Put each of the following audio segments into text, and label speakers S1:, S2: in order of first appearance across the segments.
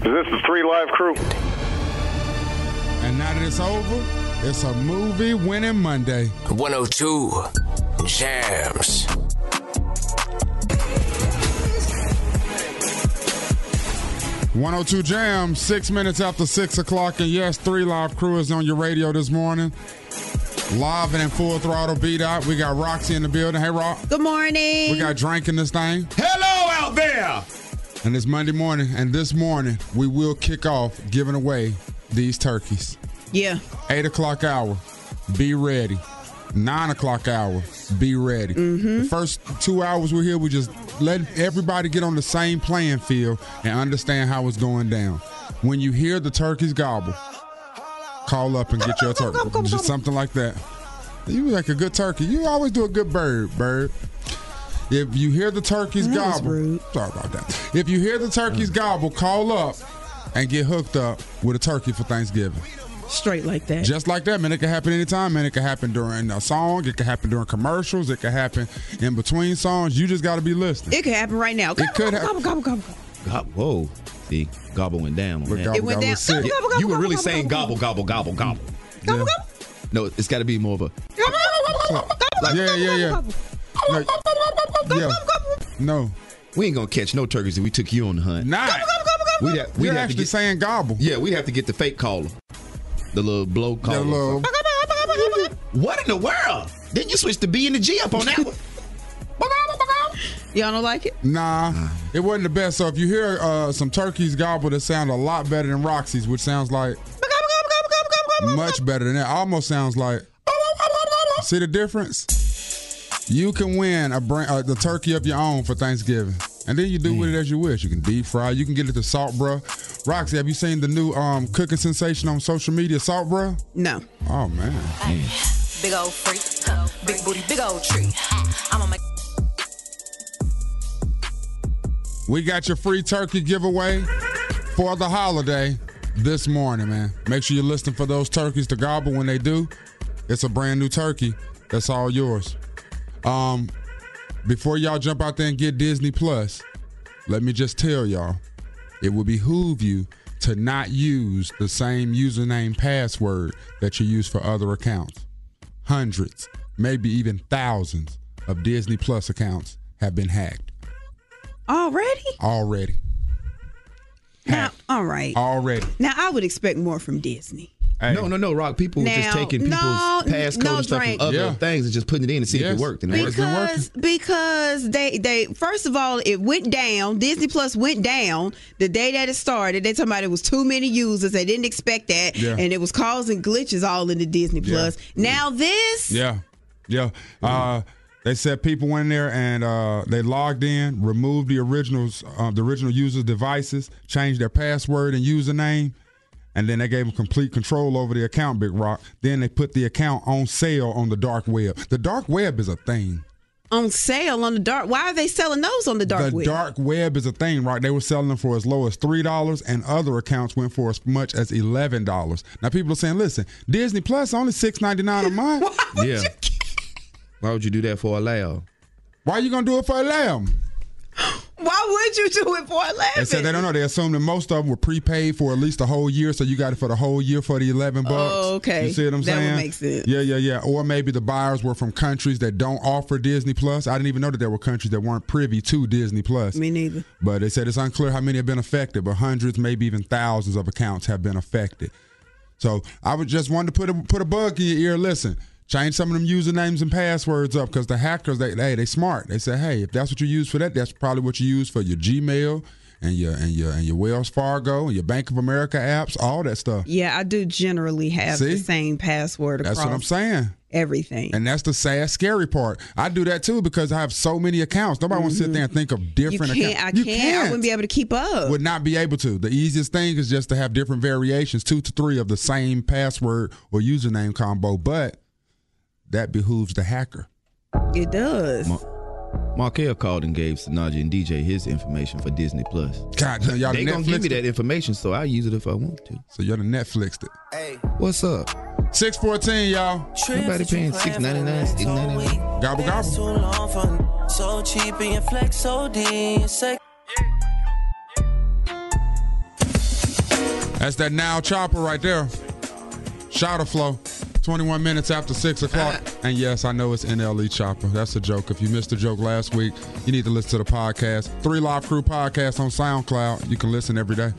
S1: Is this the Three Live Crew?
S2: And now that it's over, it's a movie winning Monday.
S3: 102 Jams.
S2: One hundred two jam, six minutes after six o'clock, and yes, Three Live Crew is on your radio this morning. Live and in full throttle beat out. We got Roxy in the building. Hey, Rock.
S4: Good morning.
S2: We got Drank in this thing.
S5: Hello out there.
S2: And it's Monday morning, and this morning we will kick off giving away these turkeys.
S4: Yeah.
S2: Eight o'clock hour, be ready. Nine o'clock hour, be ready.
S4: Mm-hmm.
S2: The first two hours we're here, we just let everybody get on the same playing field and understand how it's going down. When you hear the turkeys gobble, call up and get your turkey. Just something like that. You like a good turkey. You always do a good bird, bird. If you hear the turkeys
S4: That was
S2: gobble,
S4: rude. Mm.
S2: sorry about that. If you hear the turkeys gobble, call up and get hooked up with a turkey for Thanksgiving.
S4: Straight like that.
S2: Just like that, man. It can happen anytime, man. It can happen during a song. It can happen during commercials. It can happen in between songs. You just got to be listening.
S4: it could happen right now. Gobble,
S2: could
S4: gobble,
S2: hap-
S4: gobble, gobble, gobble.
S5: God, whoa. See, gobble went down. on
S2: But
S5: that.
S2: gobble,
S4: It went
S2: gobble
S4: down.
S2: is sick.
S4: Gobble, gobble,
S5: you were
S4: gobble,
S5: really
S4: gobble,
S5: saying
S4: gobble,
S5: gobble, gobble, gobble, gobble.
S4: Gobble,
S2: Yeah.
S4: gobble.
S5: No, it's got to be more of a.
S4: Gobble, gobble, gobble, gobble, gobble,
S2: Yeah,
S4: gobble,
S2: yeah, yeah.
S4: gobble,
S2: No, yeah.
S4: gobble, gobble, gobble.
S2: no,
S5: We ain't gonna catch no turkeys if we took you on the hunt.
S2: not.
S5: We'd have, we'd
S2: You're
S5: have to
S2: actually
S5: get,
S2: saying gobble.
S5: yeah, we'd have to get the fake caller, the little blow caller.
S2: That little-
S5: What in the world? Then you switched the B and the G up on that one.
S4: Y'all don't like it?
S2: Nah, it wasn't the best. So if you hear uh, some turkeys gobble that sound a lot better than Roxy's, which sounds like much better than that, almost sounds like. See the difference? You can win a brand, uh, the turkey of your own for Thanksgiving, and then you do with it as you wish. You can deep fry. You can get it to salt, bruh. Roxy, have you seen the new um, cooking sensation on social media, salt, bruh?
S4: No.
S2: Oh man,
S6: Big old freak, big booty, big old tree. I'm on my
S2: we got your free turkey giveaway for the holiday this morning, man. Make sure you're listening for those turkeys to gobble when they do. It's a brand new turkey. That's all yours. Um, before y'all jump out there and get Disney Plus, let me just tell y'all, it would behoove you to not use the same username password that you use for other accounts. Hundreds, maybe even thousands of Disney Plus accounts have been hacked
S4: Already?
S2: already.
S4: Now, all right.
S2: Already.
S4: Now, I would expect more from Disney.
S2: Hey.
S5: No, no, no, Rock. People were just
S4: Now,
S5: taking people's
S4: no,
S5: passcode
S4: no,
S5: and stuff from
S4: Drake.
S5: other
S2: Yeah.
S5: things and just putting it in and see if
S2: Yes.
S5: it worked. And it
S2: Because-
S5: worked.
S4: Because because they they first of all it went down Disney Plus went down the day that it started they talking about it was too many users they didn't expect that
S2: Yeah.
S4: and it was causing glitches all in the Disney Plus now this
S2: Yeah, yeah. Uh, they said people went in there and uh, they logged in, removed the originals, uh, the original users' devices, changed their password and username, and then they gave them complete control over the account. Big Rock. Then they put the account on sale on the dark web. The dark web is a thing.
S4: on sale on the dark why are they selling those on the dark
S2: the
S4: web?
S2: dark web is a thing, right? They were selling them for as low as three dollars, and other accounts went for as much as eleven dollars. Now people are saying, "Listen, Disney Plus only six ninety nine a month.
S5: yeah. Why would you do that for a layoff?
S2: Why you gonna do it for a lamb?"
S4: Why would you do it for eleven?
S2: They said they don't know. They assumed that most of them were prepaid for at least a whole year, so you got it for the whole year for the eleven bucks.
S4: Oh, okay.
S2: You see what I'm
S4: That would
S2: saying?
S4: make sense.
S2: Yeah, yeah, yeah. Or maybe the buyers were from countries that don't offer Disney Plus. I didn't even know that there were countries that weren't privy to Disney Plus.
S4: Me neither.
S2: But they said it's unclear how many have been affected, but hundreds, maybe even thousands of accounts have been affected. So I would just wanted to put a, put a bug in your ear. Listen, change some of them usernames and passwords up because the hackers they hey they smart. They say hey if that's what you use for that, that's probably what you use for your Gmail and your and your and your Wells Fargo and your Bank of America apps, all that stuff.
S4: Yeah, I do generally have
S2: See?
S4: the same password across
S2: That's what I'm saying.
S4: everything.
S2: And that's the sad, scary part. I do that too because I have so many accounts. Nobody wants to sit there and think of
S4: Mm-hmm. You
S2: different
S4: can't. I
S2: accounts.
S4: can't. I wouldn't be able to keep up.
S2: would not be able to. The easiest thing is just to have different variations, two to three of the same password or username combo, but that behooves the hacker.
S4: it does.
S5: Markel called and gave Sanaja and DJ his information for Disney Plus.
S2: God damn, y'all
S5: They gonna give
S2: Netflix.
S5: me that information, so I use it if I want to.
S2: So y'all done Netflixed it.
S5: What's up?
S2: 614, y'all.
S5: Everybody paying six ninety nine, six ninety nine.
S2: Gobble
S7: Too
S2: gobble.
S7: long for so cheap and flex OD. and sex-
S2: That's that now chopper right there. Shout of flow. 21 minutes after 6 o'clock.
S5: Ah.
S2: And yes, I know it's NLE Chopper. That's a joke. If you missed the joke last week, you need to listen to the podcast. Three Live Crew podcast on SoundCloud. You can listen every day.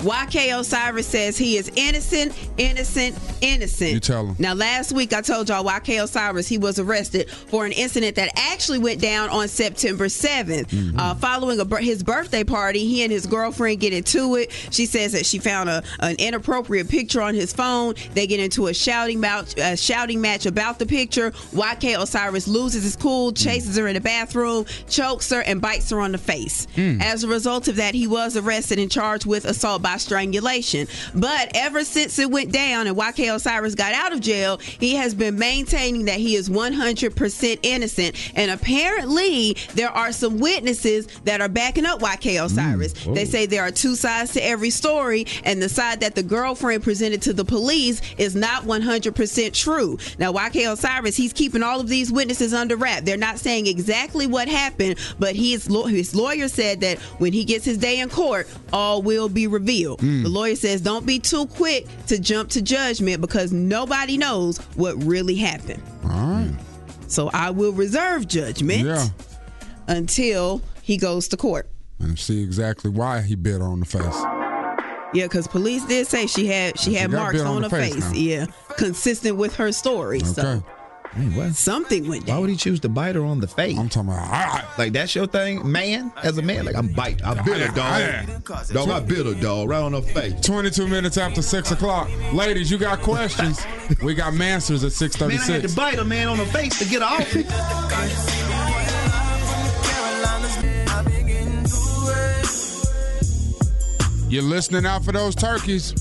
S4: YK Osiris says he is innocent, innocent, innocent.
S2: You tell him.
S4: Now, last week I told y'all YK Osiris he was arrested for an incident that actually went down on September 7th.
S2: Mm-hmm.
S4: Uh, following a, bir- his birthday party, he and his girlfriend get into it. She says that she found a, an inappropriate picture on his phone. They get into a shouting match, a shouting match about the picture. YK Osiris loses his cool, chases her in the bathroom, chokes her, and bites her on the face. As a result of that, he was arrested and charged with assault by strangulation. But ever since it went down and YK Osiris got out of jail, he has been maintaining that he is 100% innocent. And apparently, there are some witnesses that are backing up YK Osiris. they say there are two sides to every story, and the side that the girlfriend presented to the police is not 100% true. Now, YK Osiris, he's keeping all of these witnesses under wrap. They're not saying exactly what happened, but his, law- his lawyer said that when he gets his day in court, all will be revealed. The lawyer says, don't be too quick to jump to judgment because nobody knows what really happened.
S2: All right.
S4: So I will reserve judgment
S2: Yeah.
S4: until he goes to court.
S2: And see exactly why he bit her on the face.
S4: Yeah, because police did say she had she had
S2: got
S4: marks
S2: bit
S4: on, her face.
S2: now.
S4: Yeah, consistent with her story.
S2: Okay.
S4: So
S5: Hey, what?
S4: something went
S5: Why
S4: down.
S5: would he choose to bite her on the face?
S2: I'm talking about, all right.
S5: Like that's your thing, man. As a man, like I'm bite. I bit her dog. Dog, I bit her dog right on her face.
S2: 22 minutes after 6 o'clock. Ladies, you got questions. we got answers at
S5: Man, I had to
S2: 636.
S5: bite her man on the face to get her off. me.
S2: You're listening out for those turkeys.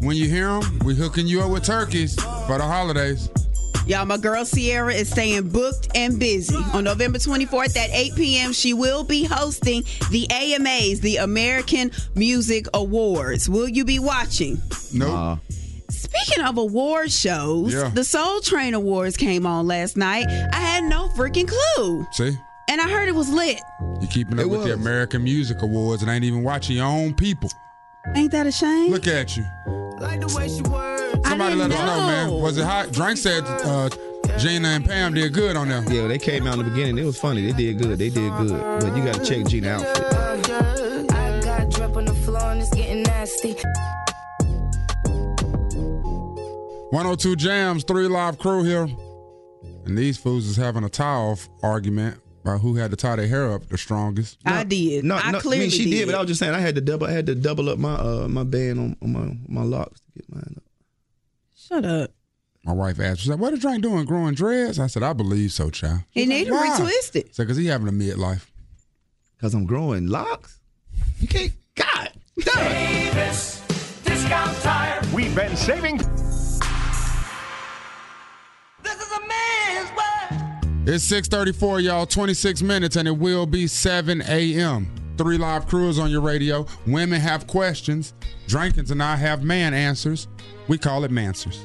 S2: When you hear them, we hooking you up with turkeys for the holidays.
S4: Y'all, my girl Sierra is staying booked and busy. On November 24th at 8 p.m., she will be hosting the AMAs, the American Music Awards. Will you be watching?
S2: Nope.
S4: Speaking of award shows,
S2: Yeah.
S4: the Soul Train Awards came on last night. I had no freaking clue,
S2: See?
S4: and I heard it was lit.
S2: You're keeping up
S5: It
S2: with the
S5: was.
S2: American Music Awards and ain't even watching your own people.
S4: Ain't that a shame?
S2: Look at you.
S7: Like the way she works.
S4: I
S2: Somebody let
S4: didn't
S2: us know, man. Was it hot? Drink said uh, Gina and Pam did good on there.
S5: Yeah, they came out in the beginning. It was funny. They did good. They did good. But you got to check Gina outfit.
S6: I got drip on the floor and it's getting nasty.
S2: 102 Jams, three live crew here. And these fools is having a tie off argument about who had to tie their hair up the strongest.
S4: I did.
S5: No,
S4: I
S5: no,
S4: clearly
S5: I mean, she did. but I was just saying I had to double. I had to double up my uh my band on, on my my locks to get mine up.
S4: Shut up.
S2: My wife asked, she said, What is Drake doing? Growing dreads? I said, I believe so, child.
S4: He need to
S2: Why?
S4: retwist it.
S2: Said, Cause he having a midlife.
S5: Cause I'm growing locks. You can't. God. Dog.
S1: We've been saving.
S7: This is a man's world.
S2: It's 634, y'all, 26 minutes, and it will be 7 a.m. Three live crews on your radio. Women have questions. Drankins and I have man answers. We call it mansers.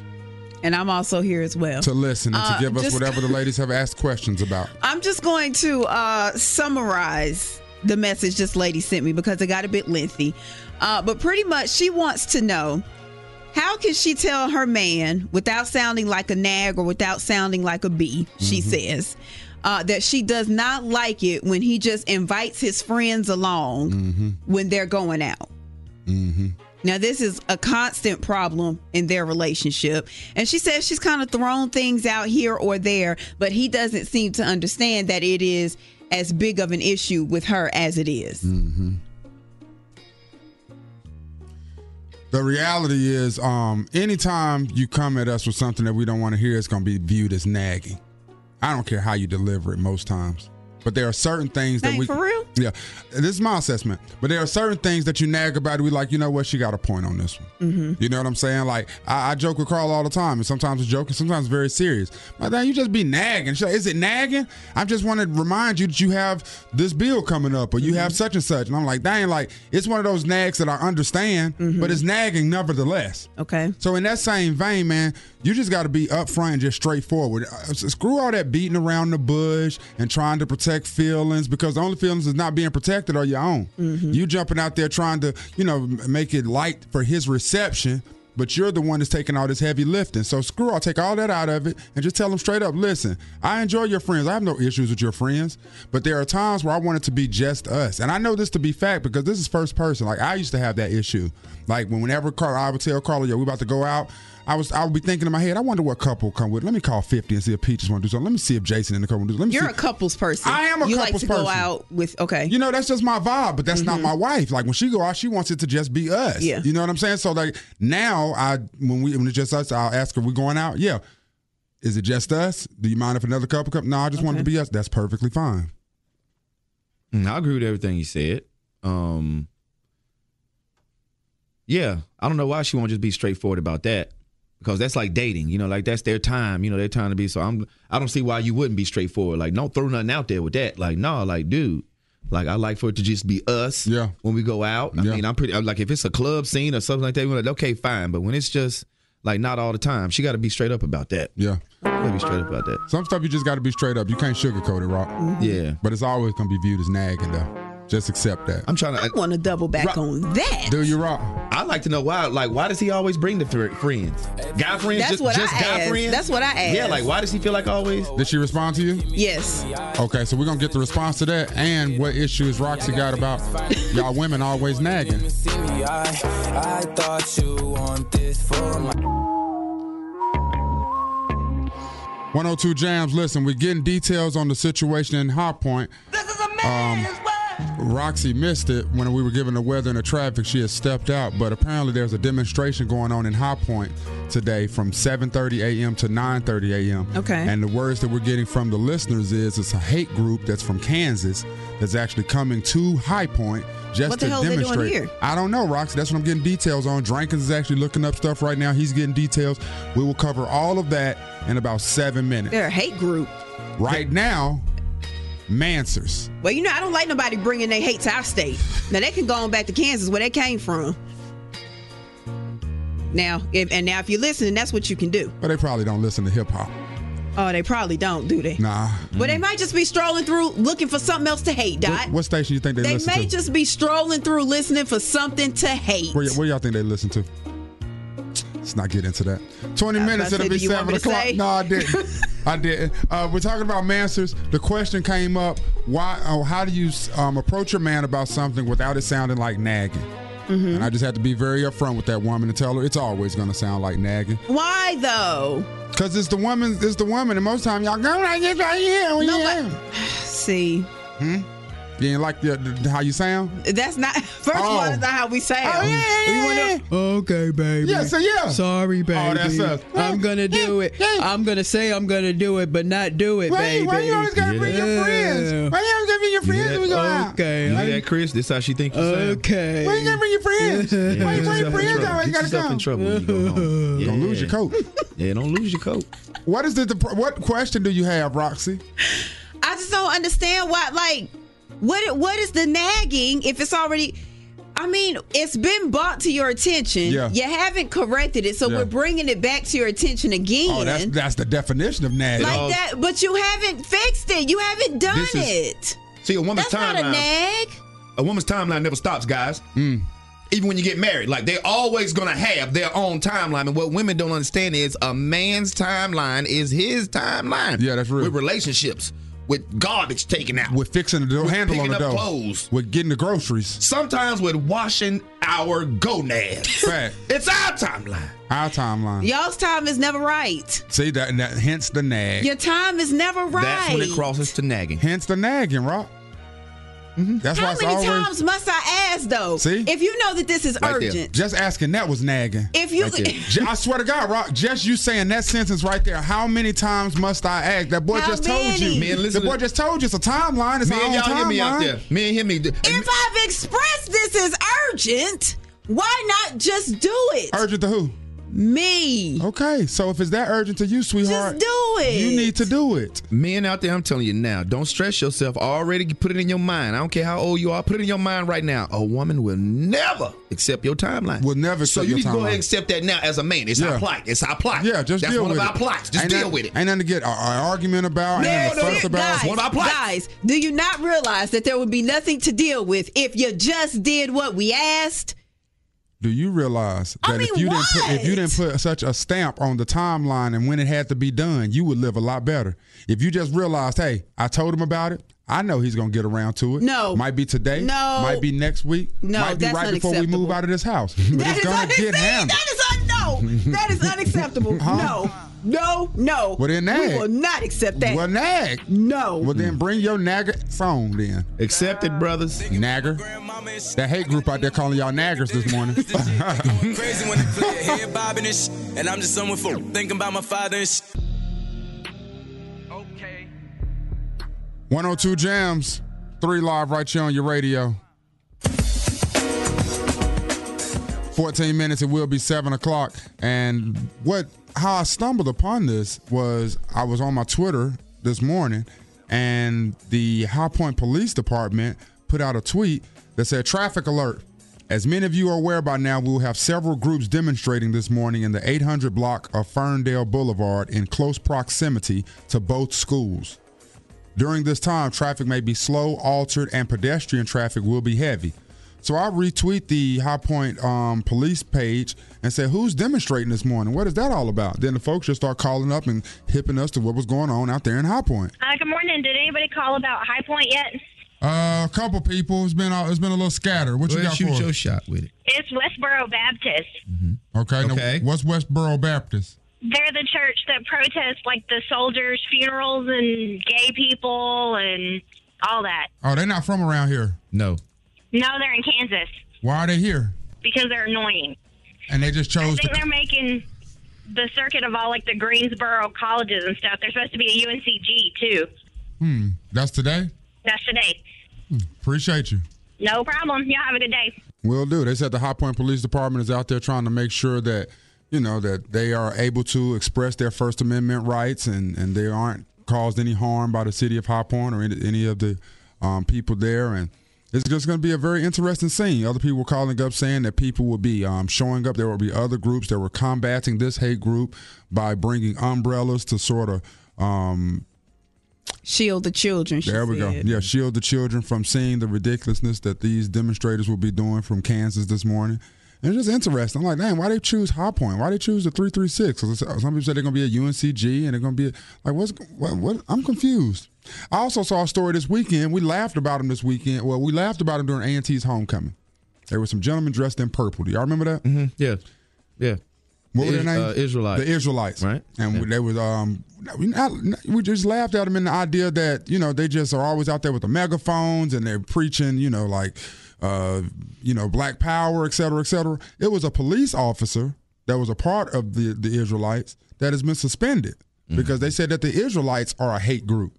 S4: And I'm also here as well.
S2: To listen and
S4: Uh,
S2: to give us
S4: just-
S2: whatever the ladies have asked questions about.
S4: I'm just going to uh, summarize the message this lady sent me because it got a bit lengthy. Uh, but pretty much, she wants to know how can she tell her man without sounding like a nag or without sounding like a bee, she
S5: Mm-hmm.
S4: says, uh, that she does not like it when he just invites his friends along
S5: Mm-hmm.
S4: when they're going out. Now, this is a constant problem in their relationship. And she says she's kind of thrown things out here or there, but he doesn't seem to understand that it is as big of an issue with her as it is.
S2: The reality is, um, anytime you come at us with something that we don't want to hear, it's going to be viewed as nagging. I don't care how you deliver it most times. But there are certain things that
S4: Dang,
S2: we
S4: for real?
S2: Yeah. This is my assessment. But there are certain things that you nag about we like, you know what, she got a point on this one.
S4: Mm-hmm.
S2: You know what I'm saying? Like I, I joke with Carl all the time, and sometimes it's joking, sometimes very serious. But then you just be nagging. She's like, is it nagging? I just want to remind you that you have this bill coming up, or you
S4: Mm-hmm.
S2: have such and such. And I'm like, dang, like it's one of those nags that I understand,
S4: Mm-hmm.
S2: but it's nagging nevertheless.
S4: Okay.
S2: So in that same vein, man, you just got to be upfront and just straightforward. Uh, s- Screw all that beating around the bush and trying to protect feelings because the only feelings is not being protected are your own. You jumping out there trying to, you know, m- make it light for his reception, but you're the one that's taking all this heavy lifting. So screw all, take all that out of it and just tell him straight up, listen, I enjoy your friends. I have no issues with your friends, but there are times where I want it to be just us. And I know this to be fact because this is first person. Like I used to have that issue. Like when- whenever Carl, I would tell Carla, yo, we about to go out. I was I would be thinking in my head, I wonder what couple come with. Let me call 50 and see if Peaches want to do something. Let me see if Jason and the couple do Let me
S4: You're
S2: see.
S4: a couples person.
S2: I am a
S4: you like
S2: couples
S4: to go
S2: person.
S4: out with okay.
S2: You know, that's just my vibe, but that's not my wife. Like when she go out, she wants it to just be us.
S4: Yeah.
S2: You know what I'm saying? So like now I when we when it's just us, I'll ask her, we going out? Yeah. Is it just us? Do you mind if another couple come? No, I just want it to be us. That's perfectly fine.
S8: Mm, I agree with everything you said. Um, yeah, I don't know why she won't just be straightforward about that because that's like dating. You know, like that's their time. You know, their time to be. So I'm. I don't see why you wouldn't be straightforward. Like, don't throw nothing out there with that. Like, no, like, dude. Like I like for it to just be us.
S2: Yeah.
S8: When we go out, I
S2: Yeah.
S8: mean, I'm pretty. I'm like, if it's a club scene or something like that, we're like, okay, fine. But when it's just like not all the time, she got to be straight up about that.
S2: Yeah.
S8: Gotta be straight up about that.
S2: Some stuff you just gotta be straight up. You can't sugarcoat it, Rock.
S8: Yeah.
S2: But it's always gonna be viewed as nagging though. Just accept that.
S8: I'm trying to.
S4: I want to double back
S8: Right.
S4: on that.
S2: Do you rock?
S8: I like to know why. Like, why does he always bring the fr- friends? Guy friends?
S4: That's
S8: just,
S4: what
S8: just
S4: I
S8: guy
S4: asked.
S8: friends?
S4: That's what I
S8: Yeah,
S4: asked.
S8: like why does he feel like always?
S2: Did she respond to you?
S4: Yes.
S2: Okay, so we're gonna get the response to that and what issues Roxy got about y'all women always nagging.
S7: I, I thought you want this for my
S2: 102 Jams, listen, we're getting details on the situation in High Point. Um, Roxy missed it when we were giving the weather and the traffic. She had stepped out, but apparently there's a demonstration going on in High Point today from 7:30 a.m. to 9:30 a.m.
S4: Okay.
S2: And the words that we're getting from the listeners is it's a hate group that's from Kansas that's actually coming to High Point just
S4: What the
S2: to
S4: hell is they doing
S2: demonstrate.
S4: here?
S2: I don't know, Roxy. That's what I'm getting details on. Drankins is actually looking up stuff right now. He's getting details. We will cover all of that in about seven minutes.
S4: They're a hate group.
S2: Right now, Mansers.
S4: Well, you know, I don't like nobody bringing their hate to our state. Now they can go on back to Kansas where they came from. Now, if, and now if you're listening, that's what you can do.
S2: But they probably don't listen to hip hop.
S4: Oh, they probably don't, do they?
S2: Nah.
S4: But they might just be strolling through looking for something else to hate, Dot.
S2: What, what station you think they,
S4: they
S2: listen
S4: may
S2: to?
S4: just be strolling through listening for something to hate.
S2: Where, y- where y'all think they listen to? Let's not get into that. 20
S4: I was
S2: minutes,
S4: about to
S2: it'll
S4: say,
S2: be
S4: do you want
S2: 7
S4: me to
S2: o'clock.
S4: say?
S2: No, I didn't. I didn't. Uh, we're talking about Mansers. The question came up why? Oh, how do you um, approach a man about something without it sounding like nagging?
S4: Mm-hmm.
S2: And I just had to be very upfront with that woman and tell her it's always going to sound like nagging.
S4: Why though?
S2: Cause it's the woman, it's the woman, and most time y'all go like this right here. When
S4: No,
S2: you,
S4: but-
S2: am.
S4: See,
S2: you ain't like the, the- how you sound.
S4: that's not. First of
S2: Oh.
S4: all, that's not how we sound.
S2: Oh yeah, yeah, yeah, yeah.
S9: Okay, baby.
S2: Yeah, so yeah.
S9: Sorry, baby.
S2: Oh, that's us.
S9: I'm gonna do it.
S2: Yeah, yeah.
S9: I'm gonna say I'm gonna do it, but not do it,
S2: Why,
S9: baby.
S2: you- why you always gotta bring your friends? Why you always gotta bring your friends when we go out?
S9: Okay.
S8: You
S9: I-
S8: hear that, Chris? This how she think you sound.
S9: okay.
S2: Why you gotta bring your friends?
S8: Yeah,
S2: Why,
S8: get
S2: why your
S8: yourself in
S2: friends
S8: trouble.
S2: always
S8: Get
S2: gotta
S8: yourself
S2: come?
S8: in trouble when you go home. Yeah.
S2: Don't lose your coat.
S8: Yeah, don't lose your coat.
S2: What is the, the pro- what question do you have, Roxy?
S4: I just don't understand why. Like, what what is the nagging if it's already? I mean, it's been brought to your attention.
S2: Yeah.
S4: You haven't corrected it, so
S2: Yeah.
S4: we're bringing it back to your attention again.
S2: Oh, that's that's the definition of nagging.
S4: like
S8: all-
S4: that, but you haven't fixed it. You haven't done
S8: This is-
S4: it.
S8: See, a woman's
S4: That's not a
S8: timeline.
S4: nag.
S8: A woman's timeline never stops, guys.
S2: Hmm.
S8: Even when you get married, like they're always gonna have their own timeline. And what women don't understand is a man's timeline is his timeline.
S2: Yeah, that's real.
S8: With relationships, with garbage taken out.
S2: with fixing the door
S8: With
S2: handle on
S8: picking
S2: the
S8: up
S2: door,
S8: clothes.
S2: with getting the groceries.
S8: sometimes with washing our gonads.
S2: Fact,
S8: It's our timeline.
S2: our timeline.
S4: Y'all's time is never right.
S2: See that, and that, hence the nag.
S4: Your time is never right.
S8: That's when it crosses to nagging.
S2: Hence the nagging, Rock. That's why
S4: How
S2: it's
S4: many
S2: always
S4: times must I ask though?
S2: See?
S4: if you know that this is
S2: Right there.
S4: urgent.
S2: Just asking that was nagging.
S4: If you- Right there.
S2: J- I swear to God, Rock, just you saying that sentence right there. How many tians must I ask? That boy
S4: How
S2: just told
S4: many?
S2: you.
S4: Man,
S2: the
S4: listen
S2: boy just told you it's a timeline. It's
S5: Me
S2: our
S5: and
S2: own
S5: y'all hear me out
S2: timeline.
S5: there. Me and him, me.
S4: If I've expressed this is urgent, why not just do it?
S2: Urgent to who?
S4: Me.
S2: Okay, so if it's that urgent to you, sweetheart,
S4: do it.
S2: You need to do it.
S8: Men out there, I'm telling you now, don't stress yourself. Already put it in your mind. I don't care how old you are, put it in your mind right now. A woman will never accept your timeline.
S2: Will never.
S8: So
S2: accept
S8: you
S2: your
S8: need to go ahead
S2: timeline.
S8: and accept that now as a man. It's
S2: Yeah.
S8: our plight. It's our plight.
S2: Yeah, just
S8: That's
S2: deal
S8: one
S2: with
S8: of
S2: it.
S8: our plots. Just
S2: Ain't
S8: deal
S2: nothing-
S8: with it.
S2: Ain't nothing to get an argument about. Ain't nothing to fuss about.
S4: guys, guys, do you not realize that there would be nothing to deal with if you just did what we asked?
S2: Do you realize that
S4: I
S2: if
S4: mean,
S2: you didn't put, if you didn't put such a stamp on the timeline and when it had to be done, you would live a lot better. If you just realized, hey, I told him about it. I know he's gonna get around to it.
S4: No.
S2: might be today.
S4: No.
S2: might be next week.
S4: No,
S2: might be
S4: that's
S2: right before we move
S4: unacceptable.
S2: out of this house. But
S4: That
S2: it's
S4: is
S2: gonna
S4: unacceptable.
S2: get hammered.
S4: That is un- no. That is unacceptable.
S2: Huh?
S4: No, no, no.
S2: Well, then nag.
S4: we will not accept that.
S2: Well, nag.
S4: No.
S2: Well, then bring your nagger song then.
S8: Accept it, brothers.
S2: Nagger. That hate group out there calling y'all naggers this morning.
S7: Crazy when they play it, head bobbing and shit. And I'm just someone for thinking about my father and shit.
S2: 102 Jams, 3 Live right here on your radio. 14 minutes, it will be 7 o'clock. And what, how I stumbled upon this was I was on my Twitter this morning and the High Point Police Department put out a tweet that said, Traffic alert. As many of you are aware by now, we will have several groups demonstrating this morning in the 800 block of Ferndale Boulevard in close proximity to both schools. During this time, traffic may be slow, altered, and pedestrian traffic will be heavy. So I retweet the High Point um, police page and said, "Who's demonstrating this morning? What is that all about?" Then the folks just start calling up and hipping us to what was going on out there in High Point.
S10: Uh, good morning. Did anybody call about High Point yet?
S2: Uh, a couple people. It's been a, it's been a little scatter. What
S8: Go
S2: you
S8: ahead,
S2: got
S8: shoot
S2: for
S8: your
S2: us?
S8: shot with it.
S10: It's Westboro Baptist.
S2: Okay. Okay. Now, what's Westboro Baptist?
S10: They're the church that protests like the soldiers' funerals and gay people and all that.
S2: Oh, they're not from around here.
S8: No.
S10: No, they're in Kansas
S2: Why are they here?
S10: because they're annoying.
S2: And they just
S10: I
S2: chose
S10: think they're
S2: to.
S10: making the circuit of all like the Greensboro colleges and stuff. They're supposed to be a UNCG too.
S2: Hmm. That's today. Hmm.
S10: That's today.
S2: Appreciate you.
S10: No problem. Y'all have a good day.
S2: Will do. They said the High Point Police Department is out there trying to make sure that you know that they are able to express their First Amendment rights and and they aren't caused any harm by the city of High Point or any, any of the um, people there and. It's just going to be a very interesting scene. Other people were calling up saying that people will be um, showing up. There will be other groups that were combating this hate group by bringing umbrellas to sort of um,
S4: Shield the children. she
S2: there we go.
S4: said.
S2: Yeah, shield the children from seeing the ridiculousness that these demonstrators will be doing from Kansas this morning. And it's just interesting. I'm like, damn, why they choose High Point? Why they choose the 336? 'Cause it's- uh, Some people said they're going to be at UNCG and they're going to be like, what's what, what? I'm confused. I also saw a story this weekend. We laughed about him this weekend. Well, we laughed about him during A&T's homecoming. There were some gentlemen dressed in purple. Do y'all remember that? Mm-hmm.
S8: Yeah. Yeah.
S2: What were
S8: The
S2: their
S8: Is-
S2: names?
S8: uh, Israelites.
S2: The Israelites. Right. And we they was um we, not, we just laughed at them in the idea that you know they just are always out there with the megaphones and they're preaching you know like uh you know black power et cetera et cetera. It was a police officer that was a part of the the Israelites that has been suspended
S8: Mm-hmm.
S2: because they said that the Israelites are a hate group.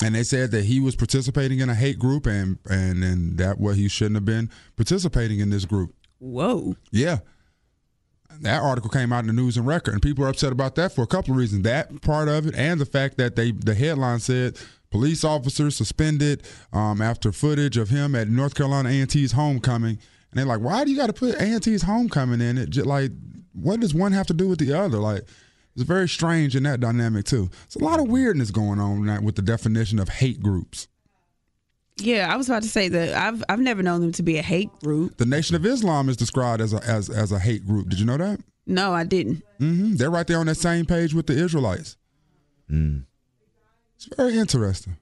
S2: And they said that he was participating in a hate group, and and and that way he shouldn't have been participating in this group.
S4: Whoa.
S2: Yeah. That article came out in the news and record, and people are upset about that for a couple of reasons. That part of it, and the fact that they the headline said police officer suspended um, after footage of him at North Carolina A&T's homecoming, and they're like, "Why do you got to put A&T's homecoming in it? Just like, what does one have to do with the other? Like, it's very strange in that dynamic too. It's a lot of weirdness going on now with the definition of hate groups.
S4: Yeah, I was about to say that I've I've never known them to be a hate group.
S2: The Nation of Islam is described as a as as a hate group. Did you know that?
S4: No, I didn't.
S2: hmm They're right there on that same page with the Israelites.
S8: Mm.
S2: It's very interesting.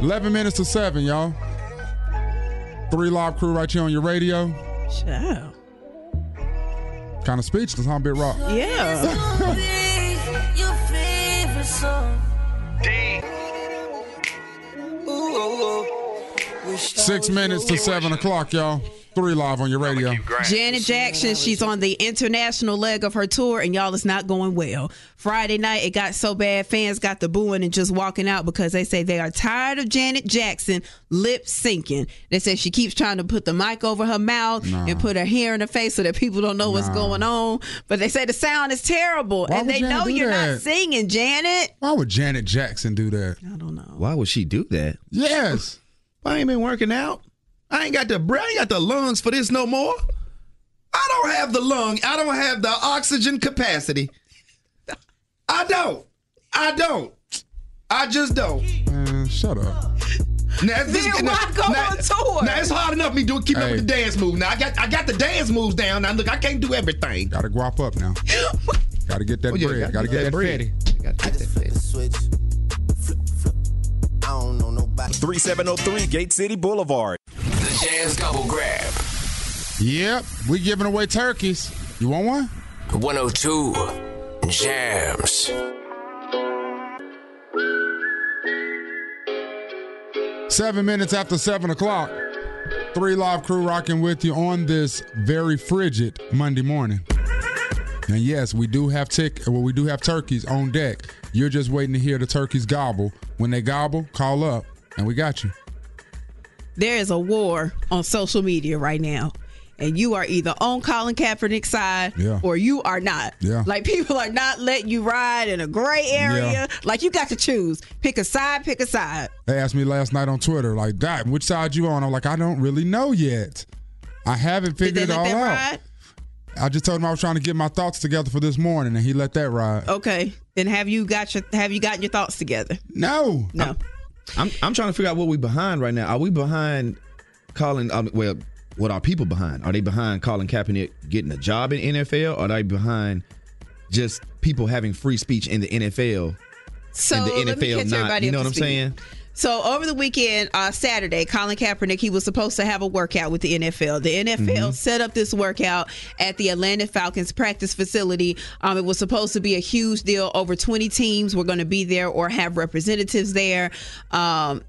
S2: 11 minutes to 7, y'all. Three live crew right here on your radio.
S4: Child.
S2: Kind of speechless, huh, Big Rock?
S11: Yeah.
S2: Six minutes to seven o'clock, y'all. Three live on your radio.
S4: Janet Jackson, she's on the international leg of her tour, and y'all, it's not going well. Friday night, it got so bad, fans got the booing and just walking out because they say they are tired of Janet Jackson lip syncing. They say she keeps trying to put the mic over her mouth
S11: Nah.
S4: and put her hair in her face so that people don't know what's
S11: Nah.
S4: going on. But they say the sound is terrible,
S2: Why
S4: and
S2: would
S4: they
S2: Janet
S4: know
S2: do
S4: you're not
S2: that?
S4: singing, Janet.
S2: Why would Janet Jackson do that?
S4: I don't know.
S8: Why would she do that?
S2: Yes.
S8: I ain't been working out. I ain't got the breath. I ain't got the lungs for this no more. I don't have the lung. I don't have the oxygen capacity. I don't. I don't. I just don't.
S2: Man, shut up.
S8: Now, if this,
S2: Then
S8: now,
S2: why go
S8: now-
S2: on tour?
S8: Now it's hard enough me doing keeping up
S2: Hey.
S8: with the dance moves. Now I got I got the dance moves down. Now look, I can't do everything.
S2: Gotta guap up now. Gotta get that
S8: Oh, yeah,
S2: bread.
S8: gotta
S2: Gotta
S8: get
S2: get
S8: that
S2: that
S8: bread.
S2: bread.
S12: I just flip the switch. Flip, flip. I don't know nobody.
S13: 3703 Gate City Boulevard.
S3: The Jam's Double Grab.
S2: Yep, we giving away turkeys. You want one?
S3: 102 Jams.
S2: Seven minutes after seven o'clock. Three live crew rocking with you on this very frigid Monday morning. And yes, we do have tick. Well, we do have turkeys on deck. You're just waiting to hear the turkeys gobble. When they gobble, call up, and we got you.
S4: there is a war on social media right now. And you are either on Colin Kaepernick's side
S2: Yeah.
S4: or you are not.
S2: Yeah.
S4: Like people are not letting you ride in a gray area.
S2: Yeah.
S4: Like you got to choose. Pick a side, pick a side.
S2: They asked me last night on Twitter, like, "Dot, which side you on?" I'm like, "I don't really know yet. I haven't figured
S4: they
S2: it
S4: let
S2: all
S4: that
S2: out."
S4: ride?
S2: I just told him I was trying to get my thoughts together for this morning, and he let that ride.
S4: Okay. Then have you got your have you gotten your thoughts together?
S2: No.
S4: No.
S8: I'm I'm trying to figure out what we behind right now. Are we behind Colin? Um, well, what are people behind? Are they behind Colin Kaepernick getting a job in NFL? Or are they behind just people having free speech in the NFL?
S4: So
S8: and the
S4: let me
S8: NFL
S4: catch
S8: not.
S4: everybody
S8: you
S4: up
S8: know
S4: to
S8: what I'm
S4: speed.
S8: saying?
S4: So over the weekend, uh, Saturday, Colin Kaepernick he was supposed to have a workout with the NFL. The NFL
S8: Mm-hmm.
S11: Mhm.
S4: set up this workout at the Atlanta Falcons practice facility. Um, it was supposed to be a huge deal. Over 20 teams were going to be there or have representatives there. Um,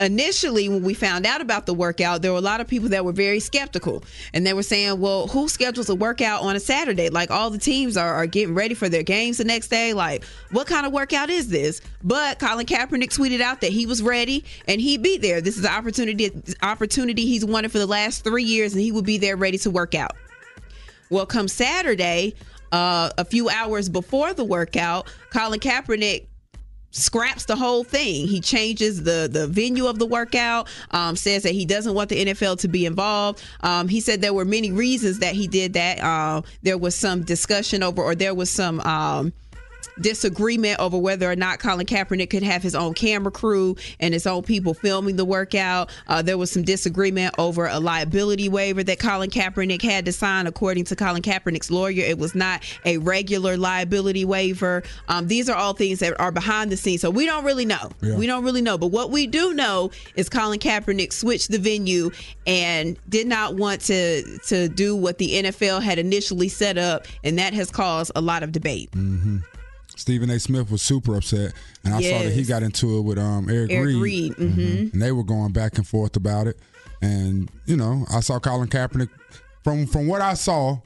S4: initially when we found out about the workout there were a lot of people that were very skeptical and they were saying well who schedules a workout on a saturday like all the teams are, are getting ready for their games the next day like what kind of workout is this but colin kaepernick tweeted out that he was ready and he'd be there this is the opportunity opportunity he's wanted for the last three years and he would be there ready to work out well, come Saturday, uh, a few hours before the workout, Colin Kaepernick scraps the whole thing. He changes the the venue of the workout. Um, says that he doesn't want the NFL to be involved. Um, he said there were many reasons that he did that. Uh, there was some discussion over, or there was some. Um, disagreement over whether or not Colin Kaepernick could have his own camera crew and his own people filming the workout. Uh, there was some disagreement over a liability waiver that Colin Kaepernick had to sign. According to Colin Kaepernick's lawyer, it was not a regular liability waiver. Um, these are all things that are behind the scenes, so we don't really know.
S11: Yeah.
S4: We don't really know. But what we do know is Colin Kaepernick switched the venue and did not want to to do what the NFL had initially set up, and that has caused a lot of debate.
S2: hmm Stephen A. Smith was super upset, and I saw that he
S4: Yes.
S2: got into it with um, Eric,
S4: Eric
S2: Reed,
S4: Reed, mhm.
S2: Mhm. and they were going back and forth about it. And you know, I saw Colin Kaepernick from from what I saw,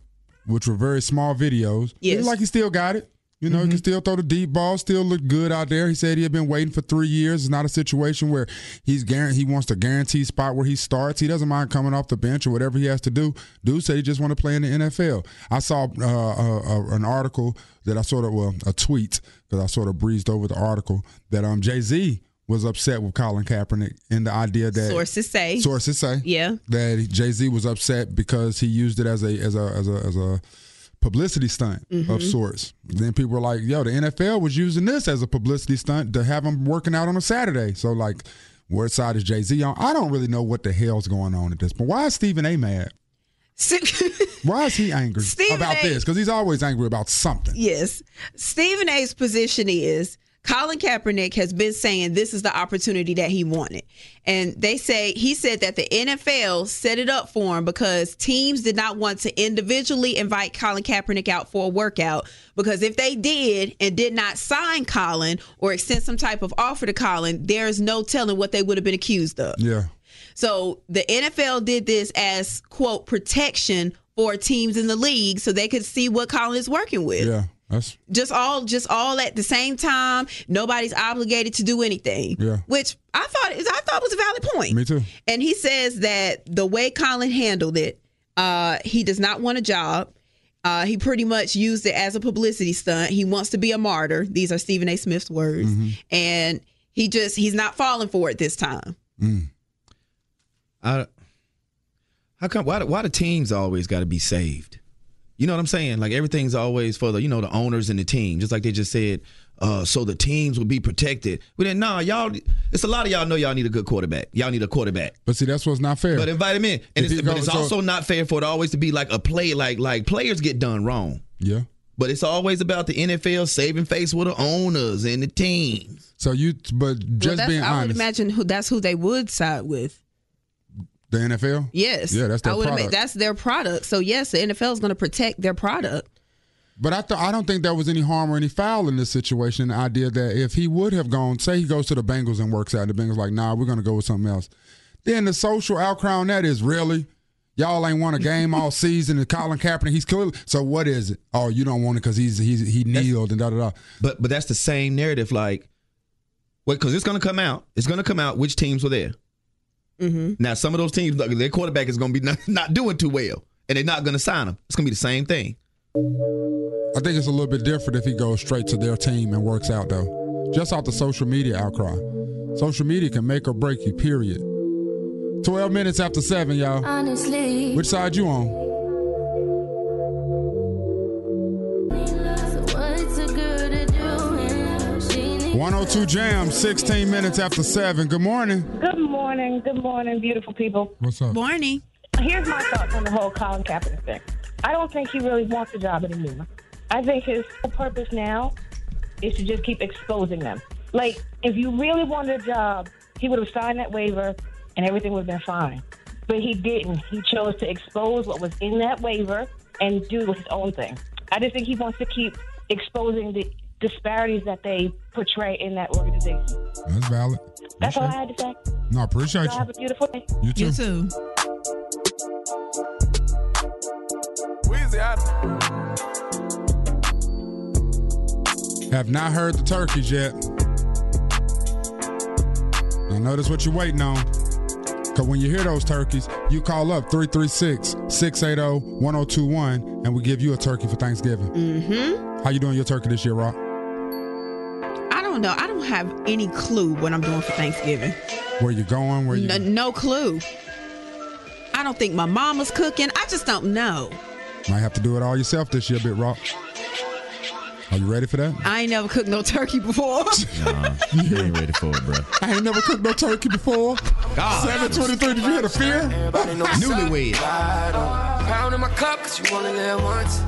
S2: which were very small videos. It
S14: Yes.
S2: was like he still got it. You know, he can still throw the deep ball, still look good out there. He said he had been waiting for three years. It's not a situation where he's guaran- he wants to guarantee spot where he starts. He doesn't mind coming off the bench or whatever he has to do. Dude said he just want to play in the NFL. I saw uh, uh, uh, an article that I sort of, well, a tweet because I sort of breezed over the article that um Jay Z was upset with Colin Kaepernick and the idea that
S4: Sources say.
S2: sources say
S4: Yeah.
S2: that Jay Z was upset because he used it as a as a as a as a publicity stunt of
S4: Mhm.
S2: sorts. Then people were like, "Yo, the NFL was using this as a publicity stunt to have him working out on a Saturday." So like, what side is Jay Z on? I don't really know what the hell's going on at this point. Why is Stephen A. mad? Why is he angry
S4: Stephen
S2: about
S4: A.
S2: this? Because he's always angry about something.
S4: Yes. Stephen A's position is Colin Kaepernick has been saying this is the opportunity that he wanted. And they say he said that the NFL set it up for him because teams did not want to individually invite Colin Kaepernick out for a workout because if they did and did not sign Colin or extend some type of offer to Colin, there's no telling what they would have been accused of.
S2: Yeah.
S4: So the NFL did this as quote protection for teams in the league so they could see what Colin is working with.
S2: Yeah, that's
S4: Just all just all at the same time. Nobody's obligated to do anything.
S2: Yeah.
S4: Which I thought is I thought was a valid point.
S2: me too.
S4: And he says that the way Colin handled it, uh, he does not want a job. Uh, he pretty much used it as a publicity stunt. He wants to be a martyr. These are Stephen A. Smith's words.
S2: Mm-hmm.
S8: Mhm.
S4: And he just, he's not falling for it this time.
S8: I, how come? Why? do- Why the teams always got to be saved? You know what I'm saying? Like everything's always for the you know the owners and the team. Just like they just said, uh, so the teams will be protected. We didn't. Nah, y'all. It's a lot of y'all know y'all need a good quarterback. Y'all need a quarterback.
S2: But see, that's what's not fair.
S8: But invite him in,
S2: If
S8: and it's,
S2: he
S8: but
S2: goes-
S8: it's
S2: so-
S8: also not fair for it always to be like a play. Like like players get done wrong.
S2: Yeah.
S8: But it's always about the NFL saving face with the owners and the teams.
S2: So you, but
S4: well, that's, I would imagine who that's who they would side with.
S2: the NFL.
S4: Yes.
S2: Yeah, that's their
S4: I would
S2: product.
S4: admit that's their product. So yes, the NFL is going to protect their product.
S2: But I, th- I don't think there was any harm or any foul in this situation. The idea that if he would have gone, say he goes to the Bengals and works out, the Bengals like, nah, we're gonna go with something else. Then the social outcry on that is really, y'all ain't won a game all season. And Colin Kaepernick, he's clearly so. What is it? Oh, you don't want it because he's he's he kneeled and da da da.
S8: But but that's the same narrative. Like, wait, because it's gonna come out. It's gonna come out which teams were there.
S4: Mm-hmm.
S8: Now some of those teams, like, their quarterback is gonna be not, not doing too well, and they're not gonna sign him. It's gonna be the same thing.
S2: I think it's a little bit different if he goes straight to their team and works out though, just off the social media outcry. Social media can make or break you. Period. Twelve minutes after seven, y'all.
S15: Honestly.
S2: Which side you on?
S15: So what's a girl to do when she needs
S2: 102 Jam, 16 minutes after 7. Good morning.
S16: Good morning. Good morning, beautiful people.
S2: What's up?
S4: Morning.
S16: Here's my thoughts on the whole Oh, Colin Kaepernick thing. I don't think he really wants a job anymore. I think his whole purpose now is to just keep exposing them. Like, if you really wanted a job, he would have signed that waiver and everything would have been fine. But he didn't. He chose to expose what was in that waiver and do his own thing. I just think he wants to keep exposing the disparities that they portray in that organization.
S2: That's valid.
S16: That's all I had to say.
S2: No, I appreciate
S16: Y'all have a beautiful day.
S2: You too. You
S4: too.
S2: you. Have not heard the turkeys yet. Now, notice what you're waiting on. Because when you hear those turkeys, you call up 336 680 1021 and we give you a turkey for Thanksgiving.
S4: Mm-hmm.
S2: How you doing your turkey this year, Rock?
S4: I don't know. I don't have any clue what I'm doing for Thanksgiving.
S2: Where you going? Where you
S4: No, no clue. I don't think my mama's cooking. I just don't know.
S2: might have to do it all yourself this year, Bit Rock. Are you ready for that?
S4: I ain't never cooked no turkey before.
S8: Nah, you ain't ready for it, bro.
S2: I ain't never cooked no turkey before.
S8: God.
S2: 723, did you hear the fear?
S8: Newlywed.
S3: Pound in my cup, cause you only live once.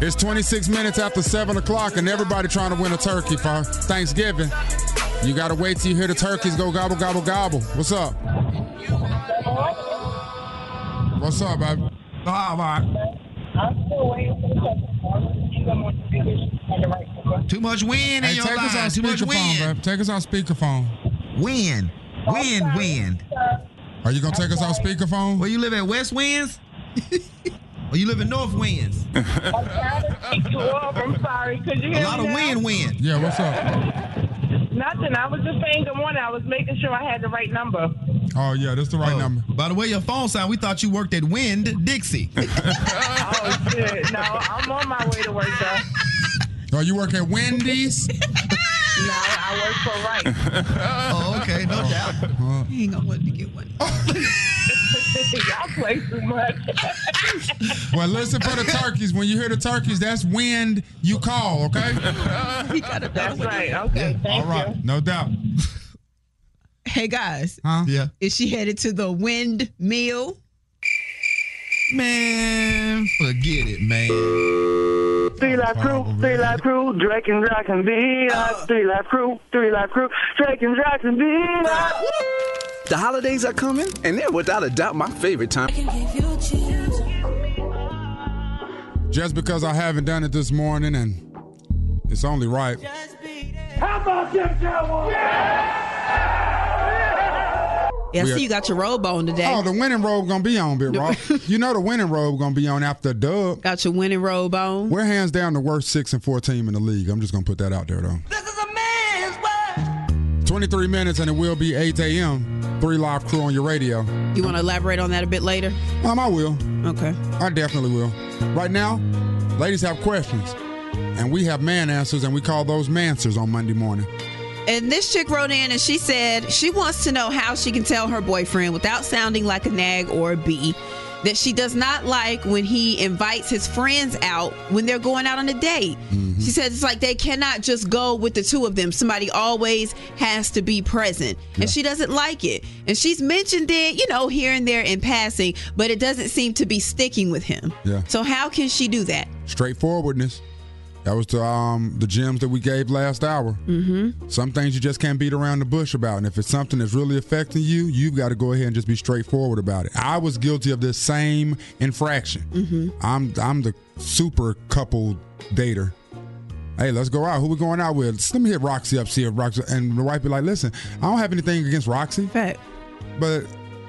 S2: It's 26 minutes after 7 o'clock, and everybody trying to win a turkey for Thanksgiving. You gotta wait till you hear the turkeys go gobble, gobble, gobble. What's up? What's up, baby? Oh, all right.
S16: I'm still waiting for the
S8: Too much win in
S2: Hey,
S8: your
S2: take us on
S8: life. Too much
S2: speakerphone,
S8: win.
S2: baby. Take us on speakerphone. Win. Win, win. Are you gonna take us on speakerphone?
S8: Where you live at West Winds? or you live in North Winds?
S16: I'm sorry. Could you
S8: A
S16: hear
S8: lot
S16: me
S8: of
S16: now?
S8: win-win.
S2: Yeah, what's up?
S16: Nothing. I was just saying good morning. I was making sure I had the right number.
S2: Oh yeah, that's the right number.
S8: By the way, your phone sound. We thought you worked at Wind Dixie.
S16: oh shit! No, I'm on my way to work though.
S2: Oh, you work at Wendy's?
S16: No, I work for right.
S8: oh, okay, no doubt.
S4: You ain't gonna want to get one.
S16: Y'all play too much.
S2: Well, listen for the turkeys. When you hear the turkeys, that's when you call, okay?
S16: That's right. Okay.
S2: All
S16: Thank
S2: right, no doubt.
S4: Hey guys,
S2: Huh?
S8: Yeah.
S4: is she headed to the windmill?
S8: Man, forget it, man.
S17: Three life crew, three life crew, Drake and Rock and be
S16: Oh.
S17: live. Three life crew, three life crew, Drake and Rock and be live.
S18: The holidays are coming, and they're without a doubt my favorite time.
S2: Just because I haven't done it this morning, and it's only right.
S17: Help
S19: about them Cowboys?
S4: Yeah,
S2: We
S4: so
S2: are-
S4: you got your robe on today.
S2: Oh, the winning robe gonna be on, Big Rock. you know the winning robe gonna be on after a dub.
S4: Got your winning robe on.
S2: We're hands down the worst six and four team in the league. I'm just gonna put that out there though. This is a man's 23 minutes and it will be 8 a.m. Three live crew on your radio.
S4: You want to elaborate on that a bit later?
S2: Um, I will.
S4: Okay.
S2: I definitely will. Right now, ladies have questions, and we have man answers, and we call those mansers on Monday morning.
S4: And this chick wrote in and she said she wants to know how she can tell her boyfriend without sounding like a nag or a bee that she does not like when he invites his friends out when they're going out on a date. She said it's like they cannot just go with the two of them. Somebody always has to be present. And she doesn't like it. And she's mentioned it, you know, here and there in passing, but it doesn't seem to be sticking with him.
S2: Yeah.
S4: So how can she do that?
S2: Straightforwardness. That was the um the gems that we gave last hour. Mm-hmm. Some things you just can't beat around the bush about, and if it's something that's really affecting you, you've got to go ahead and just be straightforward about it. I was guilty of this same infraction. I'm I'm the super couple dater. Hey, let's go out. Who we going out with? Let me hit Roxy up, see if Roxy and the wife be like, listen, I don't have anything against Roxy.
S4: Fact.
S2: But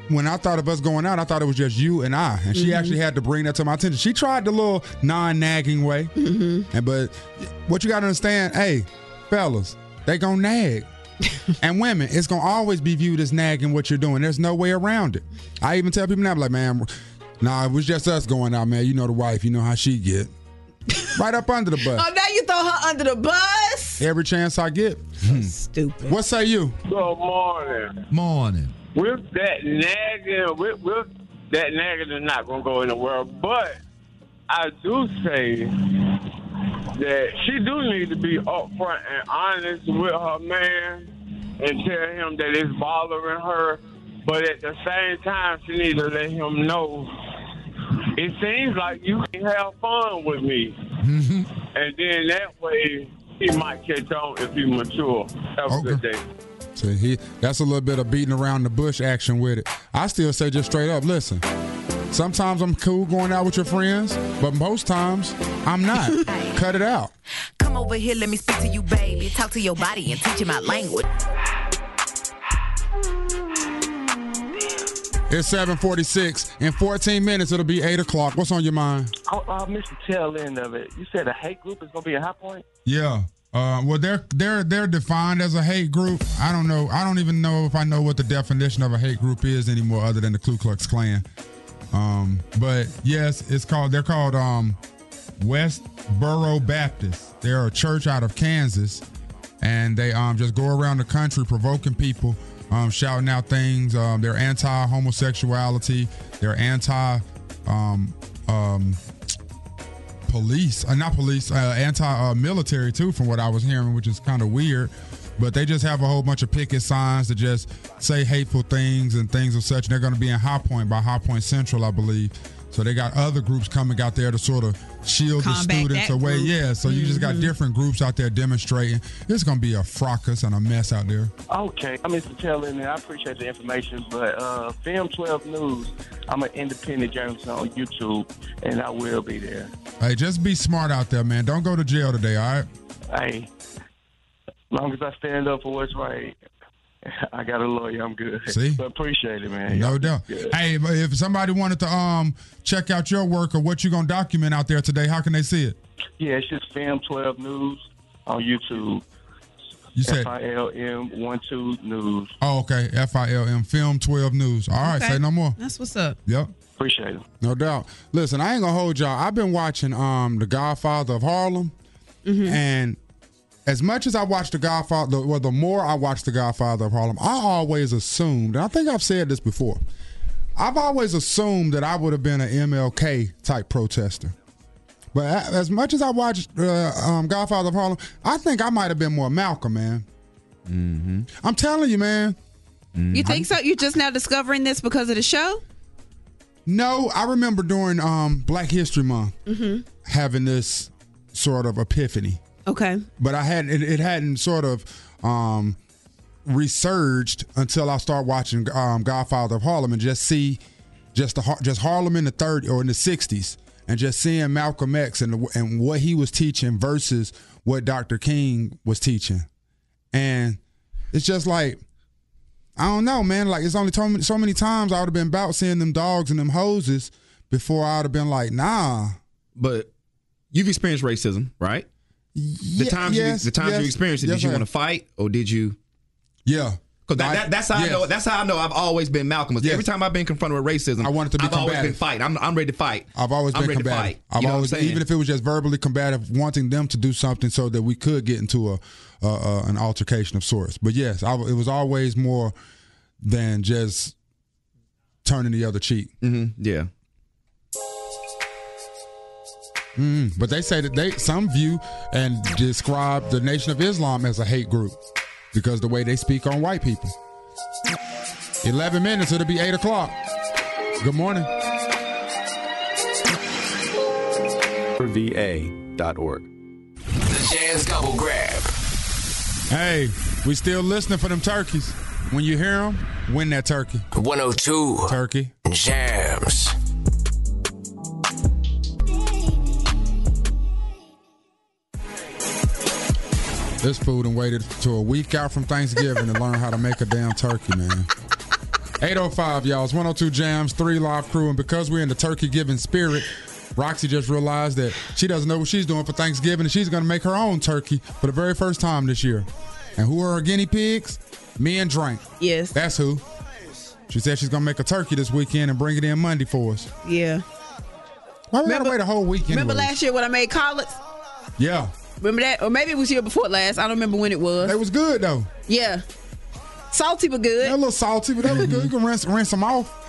S2: when I thought of us going out, I thought it was just you and I. And she
S16: Mhm.
S2: actually had to bring that to my attention. She tried the little non-nagging way. And but what you gotta understand, hey, fellas, they gonna nag. and women, it's gonna always be viewed as nagging what you're doing. There's no way around it. I even tell people now, I'm like, man, nah, it was just us going out, man. You know the wife, you know how she get. right up under the bus.
S4: Oh, now you throw her under the bus.
S2: Every chance I get.
S4: Stupid.
S2: What say you?
S16: Good morning.
S2: Morning.
S16: With that nagging, with, with that nagging is not going to go in the world. But I do say that she do need to be upfront and honest with her man and tell him that it's bothering her. But at the same time, she need to let him know it seems like you can have fun with me. And then that way, he might catch on if he mature. Have a good day.
S2: So he that's a little bit of beating around the bush action with it. I still say just straight up, listen. Sometimes I'm cool going out with your friends, but most times I'm not. Cut it out.
S6: Come over here, let me speak to you, baby. Talk to your body and teach you my language.
S2: It's 746. In 14 minutes, it'll be 8 o'clock. What's on your mind?
S16: I, Oh, I missed the tail end of it. You said a hate group is going to be a high point?
S2: Yeah. Uh, well, they're they're they're defined as a hate group. I don't know. I don't even know if I know what the definition of a hate group is anymore, other than the Ku Klux Klan. Um, but yes, it's called. They're called um, Westboro Baptist. They're a church out of Kansas, and they um just go around the country provoking people, um, shouting out things. Um, they're anti-homosexuality. They're anti um, um, police, uh, not police, uh, anti-military too, from what I was hearing, which is kind of weird. But they just have a whole bunch of picket signs that just say hateful things and things of such. And they're going to be in High Point by High Point Central, I believe. So they got other groups coming out there to sort of shield
S16: Combat
S2: the students
S16: that
S2: away.
S16: group.
S2: Yeah, so you just got
S16: Mhm.
S2: different groups out there demonstrating. It's going to be a fracas and a mess out there.
S16: Okay. I missed the tail end. there. I appreciate the information, but uh, Film 12 News, I'm an independent journalist on YouTube, and I will be there.
S2: Hey, just be smart out there, man. Don't go to jail today, all right?
S16: Hey, as long as I stand up for what's right, I got a lawyer. I'm good.
S2: See?
S16: But appreciate it, man.
S2: No
S16: Y'all
S2: doubt.
S16: good.
S2: Hey, but if somebody wanted to um check out your work or what you gonna document out there today, how can they see it?
S16: Yeah, it's just Film 12 News on YouTube.
S2: You said-
S16: FILM12 News.
S2: Oh, okay. F I L M Film Twelve News. All right,
S4: Okay.
S2: say no more.
S4: That's what's up.
S2: Yep.
S16: Appreciate it.
S2: No doubt. Listen, I ain't gonna hold y'all. I've been watching um The Godfather of Harlem, and as much as I watch The Godfather, well, the more I watch The Godfather of Harlem, I always assumed, and I think I've said this before, I've always assumed that I would have been an MLK type protester. But a- as much as I watched uh, um, Godfather of Harlem, I think I might have been more Malcolm, man. Mm-hmm. I'm telling you, man.
S4: You think so? You're just now discovering this because of the show?
S2: No, I remember during um, Black History Month
S4: Mm-hmm.
S2: having this sort of epiphany,
S4: Okay.
S2: but I had it, it hadn't sort of um, resurged until I started watching um, Godfather of Harlem and just see just the Har- just Harlem in the 30s or in the 60s and just seeing Malcolm X and the, and what he was teaching versus what Dr. King was teaching And it's just like, I don't know, man. Like it's only to- so many times I would have been about seeing them dogs and them hoses before I would have been like, nah.
S8: But you've experienced racism, right? the times
S2: yes,
S8: you, the times
S2: yes,
S8: you experienced it,
S2: yes,
S8: did you
S2: I
S8: want to
S2: have.
S8: fight or did you?
S2: Yeah,
S8: because that,
S2: Like,
S8: that, that's how I
S2: yes.
S8: know. That's how I know. I've always been Malcolm. Every time I've been confronted with racism, I wanted
S2: to be
S8: I've always been
S2: combative.
S8: fight. I'm, I'm ready to fight.
S2: I've always
S8: I'm
S2: been
S8: ready to
S2: combative.
S8: fight.
S2: I've
S8: You know what
S2: always,
S8: I'm saying?
S2: even if it was just verbally combative, wanting them to do something so that we could get into a uh, uh, an altercation of sorts. But yes, I, it was always more than just turning the other cheek.
S8: Mm-hmm. Yeah.
S2: Mm, but they say that they some view and describe the Nation of Islam as a hate group because the way they speak on white people. Eleven minutes, it'll be eight o'clock. Good morning.
S13: va.org.
S3: The Jazz Double Grab.
S2: Hey, we still listening for them turkeys. When you hear them, win that turkey.
S3: 102.
S2: Turkey.
S3: Jams.
S2: This food and waited to a week out from Thanksgiving to learn how to make a damn turkey, man. 805, y'all. It's 102 Jams, 3 Live Crew. And because we're in the turkey giving spirit, Roxy just realized that she doesn't know what she's doing for Thanksgiving and she's going to make her own turkey for the very first time this year. And who are her guinea pigs? Me and Drink.
S4: Yes.
S2: That's who. She said she's going to make a turkey this weekend and bring it in Monday for us.
S4: Yeah.
S2: Why we got to wait a whole weekend?
S4: Remember last year when I made collards?
S2: Yeah.
S4: Remember that? Or maybe it was year before last. I don't remember when it was. It
S2: was good though.
S4: Yeah. Salty but good.
S2: a little salty, but that was good. You can rinse, rinse them off.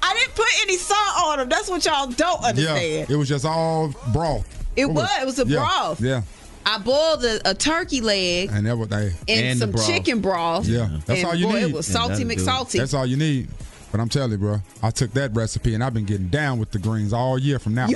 S4: I didn't put any salt on them. That's what y'all don't
S2: Yeah.
S4: understand.
S2: It was just all broth.
S4: It was. It was a
S2: yeah,
S4: broth.
S2: Yeah.
S4: I boiled a, a turkey leg
S2: And that what they
S4: and, some chicken broth.
S2: Yeah, that's
S4: And
S2: all you
S4: boy,
S2: need.
S4: It was salty McSalty.
S2: That's all you need. But I'm telling you, bro, I took that recipe and I've been getting down with the greens all year from now.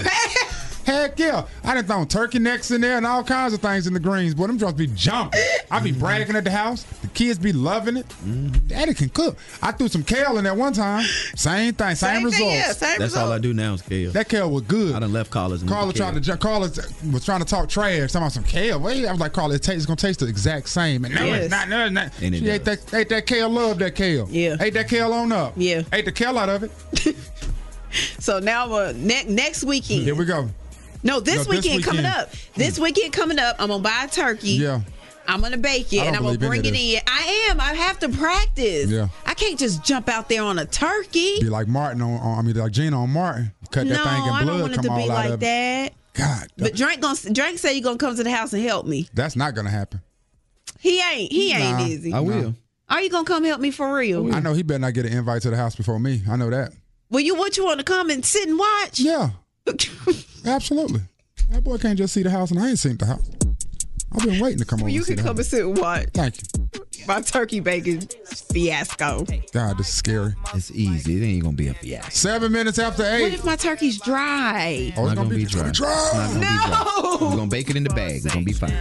S2: Heck yeah! I done thrown turkey necks in there and all kinds of things in the greens. Boy, them drops be jumping. I
S4: Mm-hmm.
S2: be bragging at the house. The kids be loving it. Daddy can cook. I threw some kale in there one time. Same thing. Same,
S4: Same
S2: results.
S4: thing, yeah, same
S8: That's all I do now is kale.
S2: That kale was good. I
S8: done left college.
S2: Carla tried to ju- Carla t- was trying to talk trash. Talking about some kale. Wait, I was like, Carla, it tastes it's gonna taste the exact same. And no,
S4: Yes.
S2: it's not. No, it's not.
S8: And it
S2: she ate that, ate that kale. Loved that kale. Yeah. Ate that kale on up. Yeah. Ate the kale out of it.
S4: So now uh, ne- next weekend.
S2: Here we go.
S4: No, this,
S2: No, this
S4: weekend, coming
S2: weekend. Hmm.
S4: up. This weekend coming up, I'm gonna buy a turkey.
S2: Yeah.
S4: I'm gonna bake
S2: I
S4: it
S2: don't
S4: and I'm gonna
S2: believe any
S4: bring
S2: of
S4: it
S2: this.
S4: in. I am. I have to practice.
S2: Yeah.
S4: I can't just jump out there on a turkey.
S2: Be like Martin on, on. I mean, like Gina on Martin. Cut
S4: no,
S2: that thing
S4: I
S2: and
S4: don't
S2: blood
S4: want it
S2: come
S4: to
S2: all
S4: be
S2: out
S4: like
S2: of it.
S4: that.
S2: God.
S4: But Drake gonna Drake say you gonna come to the house and help me.
S2: That's not gonna happen.
S4: He ain't. He ain't
S2: Nah,
S4: easy.
S2: I will.
S4: Are you gonna come help me for real?
S2: I know he better not get an invite to the house before me. I know that.
S4: Well, you what you want to come and sit and watch?
S2: Yeah. Absolutely. That boy can't just see the house, and I ain't seen the house. I've been waiting to come over.
S4: you
S2: and see
S4: can
S2: the
S4: come
S2: house.
S4: and sit and watch.
S2: Thank you.
S4: My turkey bacon fiasco.
S2: God, this is scary.
S8: It's easy. It ain't gonna be a fiasco.
S2: Seven minutes after
S4: What
S2: eight.
S4: if my turkey's dry?
S2: Oh,
S8: Oh, It's not gonna be dry. It's not gonna be dry.
S4: No.
S8: We're gonna bake it in the bag. It's gonna be fine.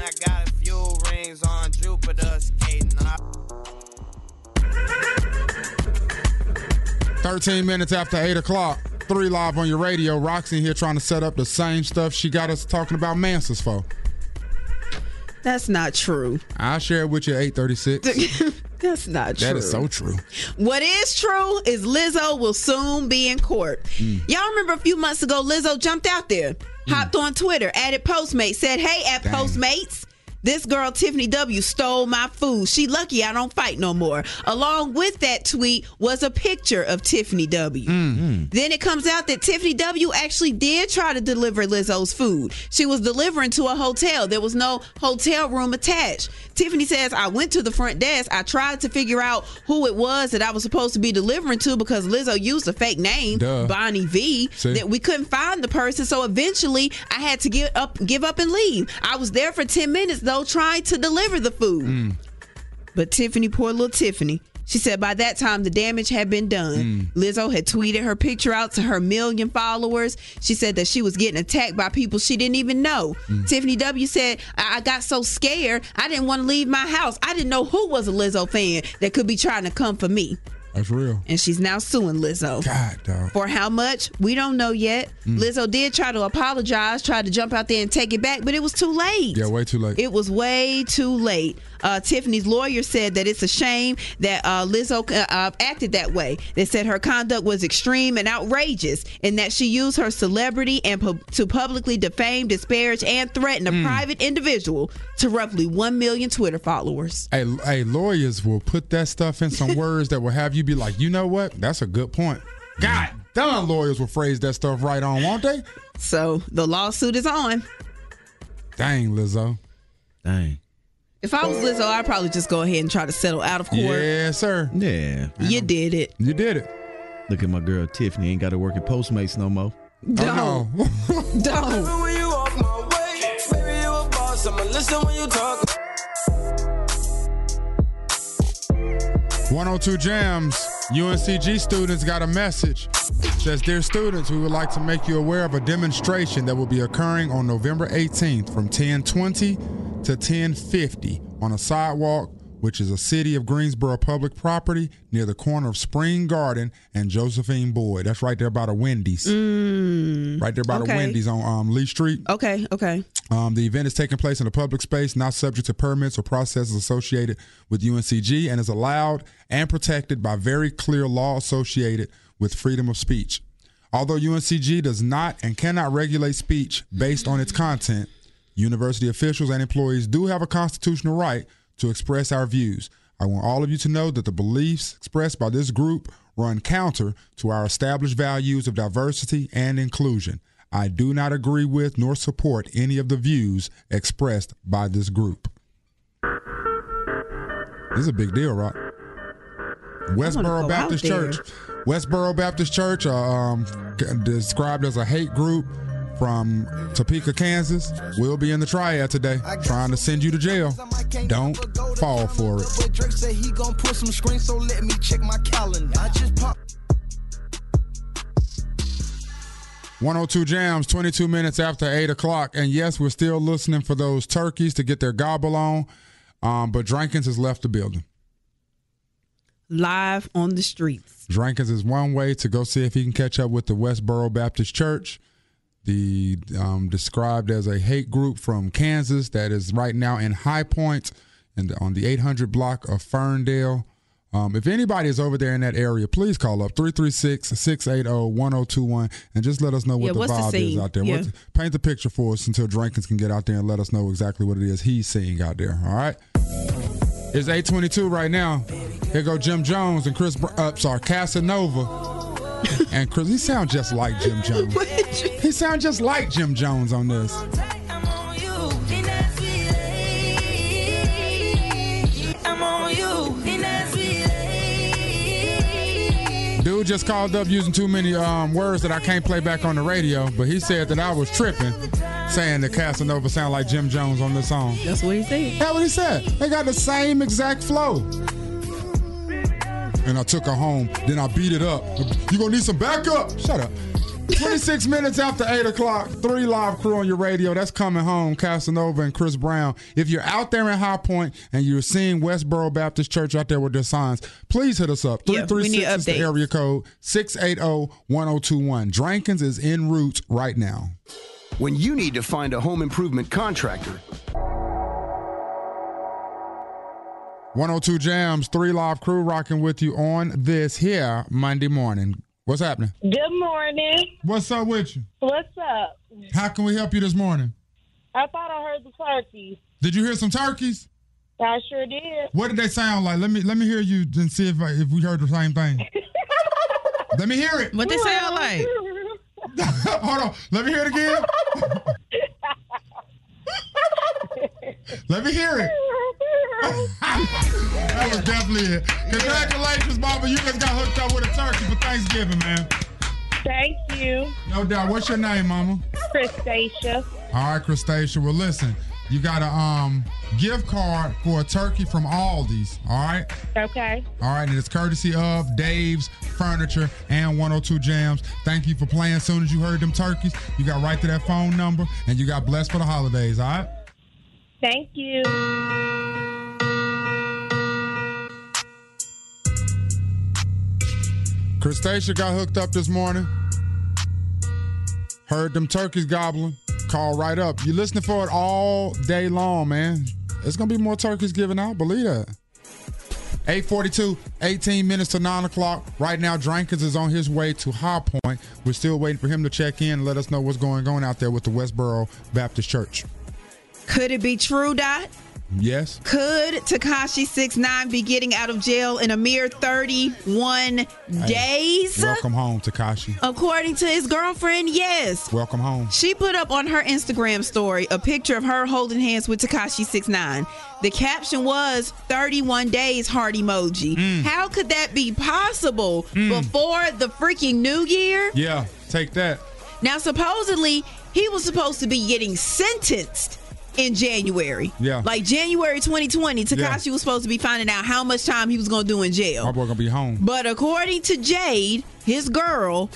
S2: Thirteen minutes after eight o'clock. Three live on your radio. Roxy here trying to set up the same stuff she got us talking about Mansers for.
S4: That's not true.
S2: I'll share it with you at eight thirty six.
S4: That's not true.
S2: That is so true.
S4: What is true is Lizzo will soon be in court.
S2: Mm.
S4: Y'all remember a few months ago, Lizzo jumped out there, hopped on Twitter, added Postmates, said, Hey, at
S20: Dang.
S4: Postmates, this girl, Tiffany W., stole my food. She lucky I don't fight no more. Along with that tweet was a picture of Tiffany W. Then it comes out that Tiffany W. actually did try to deliver Lizzo's food. She was delivering to a hotel. There was no hotel room attached. Tiffany says, I went to the front desk. I tried to figure out who it was that I was supposed to be delivering to because Lizzo used a fake name,
S20: Duh.
S4: Bonnie V,
S20: See?
S4: that we couldn't find the person. So eventually I had to give up give up and leave. I was there for 10 minutes though trying to deliver the food. But Tiffany, poor little Tiffany, she said by that time the damage had been done. Lizzo had tweeted her picture out to her million followers. She said that she was getting attacked by people she didn't even know. Tiffany W said, I-, I got so scared, I didn't want to leave my house. I didn't know who was a Lizzo fan that could be trying to come for me.
S2: That's real.
S4: and she's now suing Lizzo.
S2: God, dog.
S4: For how much? We don't know yet.
S2: Mm.
S4: Lizzo did try to apologize, tried to jump out there and take it back, but it was too late.
S2: Yeah, way too late.
S4: It was way too late. Uh, Tiffany's lawyer said that it's a shame that uh, Lizzo uh, uh, acted that way. They said her conduct was extreme and outrageous, and that she used her celebrity and pub- to publicly defame, disparage, and threaten
S2: Mm.
S4: a private individual to roughly one million Twitter followers.
S2: Hey, hey, lawyers will put that stuff in some words that will have you be like, you know what? That's a good point. God damn, lawyers will phrase that stuff right on, won't they?
S4: So the lawsuit is on.
S2: Dang, Lizzo.
S8: Dang.
S4: If I was Lizzo, I'd probably just go ahead and try to settle out of court.
S2: Yes, sir.
S8: Yeah.
S4: You did it.
S2: You did it.
S8: Look at my girl Tiffany. Ain't got to work at Postmates no more.
S4: Don't.
S2: Uh-huh.
S4: Don't.
S3: Listen when you off my way. Baby, you a boss. I'ma listen when you talk.
S2: 102 Jams, UNCG students got a message. Says, Dear students, we would like to make you aware of a demonstration that will be occurring on November 18th from 1020 to 1050 on a sidewalk, which is a city of Greensboro public property near the corner of Spring Garden and Josephine Boyd. That's right there by the Wendy's. right there by the
S4: okay.
S2: Wendy's on um, Lee Street.
S4: Okay, okay.
S2: Um, the event is taking place in a public space, not subject to permits or processes associated with UNCG, and is allowed and protected by very clear law associated with freedom of speech. Although UNCG does not and cannot regulate speech based on its content, university officials and employees do have a constitutional right to express our views. I want all of you to know that the beliefs expressed by this group run counter to our established values of diversity and inclusion. I do not agree with nor support any of the views expressed by this group. This is a big deal, Rock. Westboro
S4: go
S2: Baptist
S4: out there.
S2: Church. Westboro Baptist Church, uh, um, g- described as a hate group from Topeka, Kansas, will be in the triad today, trying to send you to jail. Don't fall for it.
S20: But Drake said he gon' put some screens, so let me check my calendar. I just pop.
S2: 102 Jams, 22 minutes after 8 o'clock. And yes, we're still listening for those turkeys to get their gobble on. Um, but Drankins has left the building.
S4: Live on the streets.
S2: Drankins is one way to go see if he can catch up with the Westboro Baptist Church, the um, described as a hate group from Kansas that is right now in High Point and on the 800 block of Ferndale. Um, if anybody is over there in that area, please call up oh, 336-680-1021 and just let us know what
S4: Yeah,
S2: the
S4: what's the
S2: vibe is
S4: scene?
S2: out there.
S4: Yeah.
S2: What's- paint the picture for us until Drankins can get out there and let us know exactly what it is he's seeing out there. All right. It's 822 right now. Here go Jim Jones and Chris, Br- uh, sorry, Casanova. and Chris, he sound just like Jim Jones. he sound just like Jim Jones on this.
S6: I'm on you, and that's
S2: Dude just called up using too many um, words that I can't play back on the radio, but he said that I was tripping, saying that Casanova sound like Jim Jones on this song.
S4: That's what he said.
S2: That's what he said. They got the same exact flow. And I took her home, then I beat it up. You gonna need some backup? Shut up. 26 minutes after 8 o'clock, three live crew on your radio. That's coming home, Casanova and Chris Brown. If you're out there in High Point and you're seeing Westboro Baptist Church out there with their signs, please hit us up.
S4: Yeah, we
S2: 336
S4: need
S2: is the
S4: updates.
S2: area code oh, 680-1021. Drankins is en route right now.
S21: When you need to find a home improvement contractor,
S2: 102 Jams, three live crew rocking with you on this here Monday morning. What's happening?
S14: Good morning.
S2: What's up with you?
S14: What's up?
S2: How can we help you this morning?
S14: I thought I heard the turkeys.
S2: Did you hear some turkeys?
S14: I sure did.
S2: What did they sound like? Let me let me hear you and see if I, if we heard the same thing. let me hear it.
S4: What they sound like?
S2: Hold on. Let me hear it again. let me hear it. that was definitely it. Congratulations, Mama. You just got hooked up with a turkey for Thanksgiving, man.
S14: Thank you,
S2: No doubt. What's your name, Mama?
S14: Crustacea.
S2: All right, Crustacea. Well, listen, you got a um gift card for a turkey from Aldi's. All right.
S14: Okay.
S2: All right, and it's courtesy of Dave's Furniture and 102 Jams. Thank you for playing. As soon as you heard them turkeys, you got right to that phone number and you got blessed for the holidays. All right.
S14: Thank you.
S2: Crustacea got hooked up this morning. Heard them turkeys gobbling. Call right up. You listening for it all day long, man. It's gonna be more turkeys given out. Believe that. 842, 18 minutes to 9 o'clock. Right now, Drankins is on his way to High Point. We're still waiting for him to check in and let us know what's going on out there with the Westboro Baptist Church.
S4: Could it be true, Dot?
S2: Yes?
S4: Could Takashi 69 be getting out of jail in a mere 31
S2: Hey,
S4: days?
S2: Welcome home, Takashi.
S4: According to his girlfriend, yes.
S2: Welcome home.
S4: She put up on her Instagram story a picture of her holding hands with Takashi 69. The caption was 31 days heart emoji. How could that be possible before the freaking new year?
S2: Yeah, take that.
S4: Now supposedly he was supposed to be getting sentenced in January.
S2: Yeah.
S4: Like January 2020, Takashi
S2: Yeah.
S4: was supposed to be finding out how much time he was going to do in jail.
S2: My boy gonna be home.
S4: But according to Jade, his girl,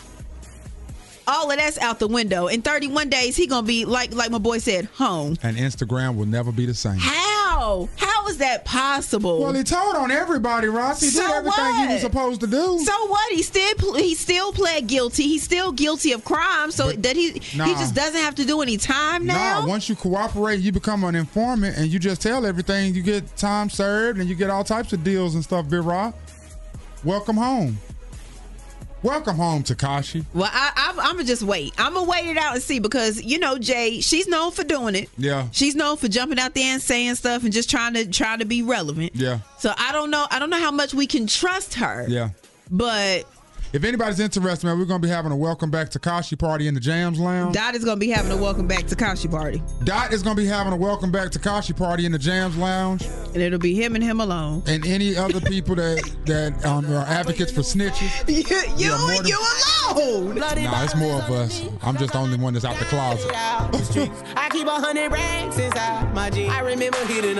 S4: all of that's out the window. In 31 days, he gonna be like like my boy said, home.
S2: And Instagram will never be the same.
S4: How? How is that possible?
S2: Well, he told on everybody, Ross. He did everything he was supposed to do.
S4: So what? He still pl- he still pled guilty. He's still guilty of crime. So that he
S2: nah.
S4: he just doesn't have to do any time now.
S2: Nah, once you cooperate, you become an informant and you just tell everything. You get time served and you get all types of deals and stuff, Big Rock. Welcome home. Welcome home, Takashi.
S4: Well, I, I'm, I'm gonna just wait. I'm gonna wait it out and see because you know Jay, she's known for doing it.
S2: Yeah.
S4: She's known for jumping out there and saying stuff and just trying to trying to be relevant.
S2: Yeah.
S4: So I don't know. I don't know how much we can trust her.
S2: Yeah.
S4: But
S2: if anybody's interested, man, we're gonna be having a welcome back Takashi party in the Jams Lounge.
S4: Dot is gonna be having a welcome back to Kashi party,
S2: Dot is gonna be having a welcome back Takashi party in the Jams Lounge.
S4: and it'll be him and him alone.
S2: And any other people that that um, are advocates for snitches.
S4: You, you,
S2: Yeah, more than-
S4: you alone.
S2: Nah, it's more of us. I'm just the only one that's out the closet.
S20: I keep a hundred racks inside my jeans. I remember hitting.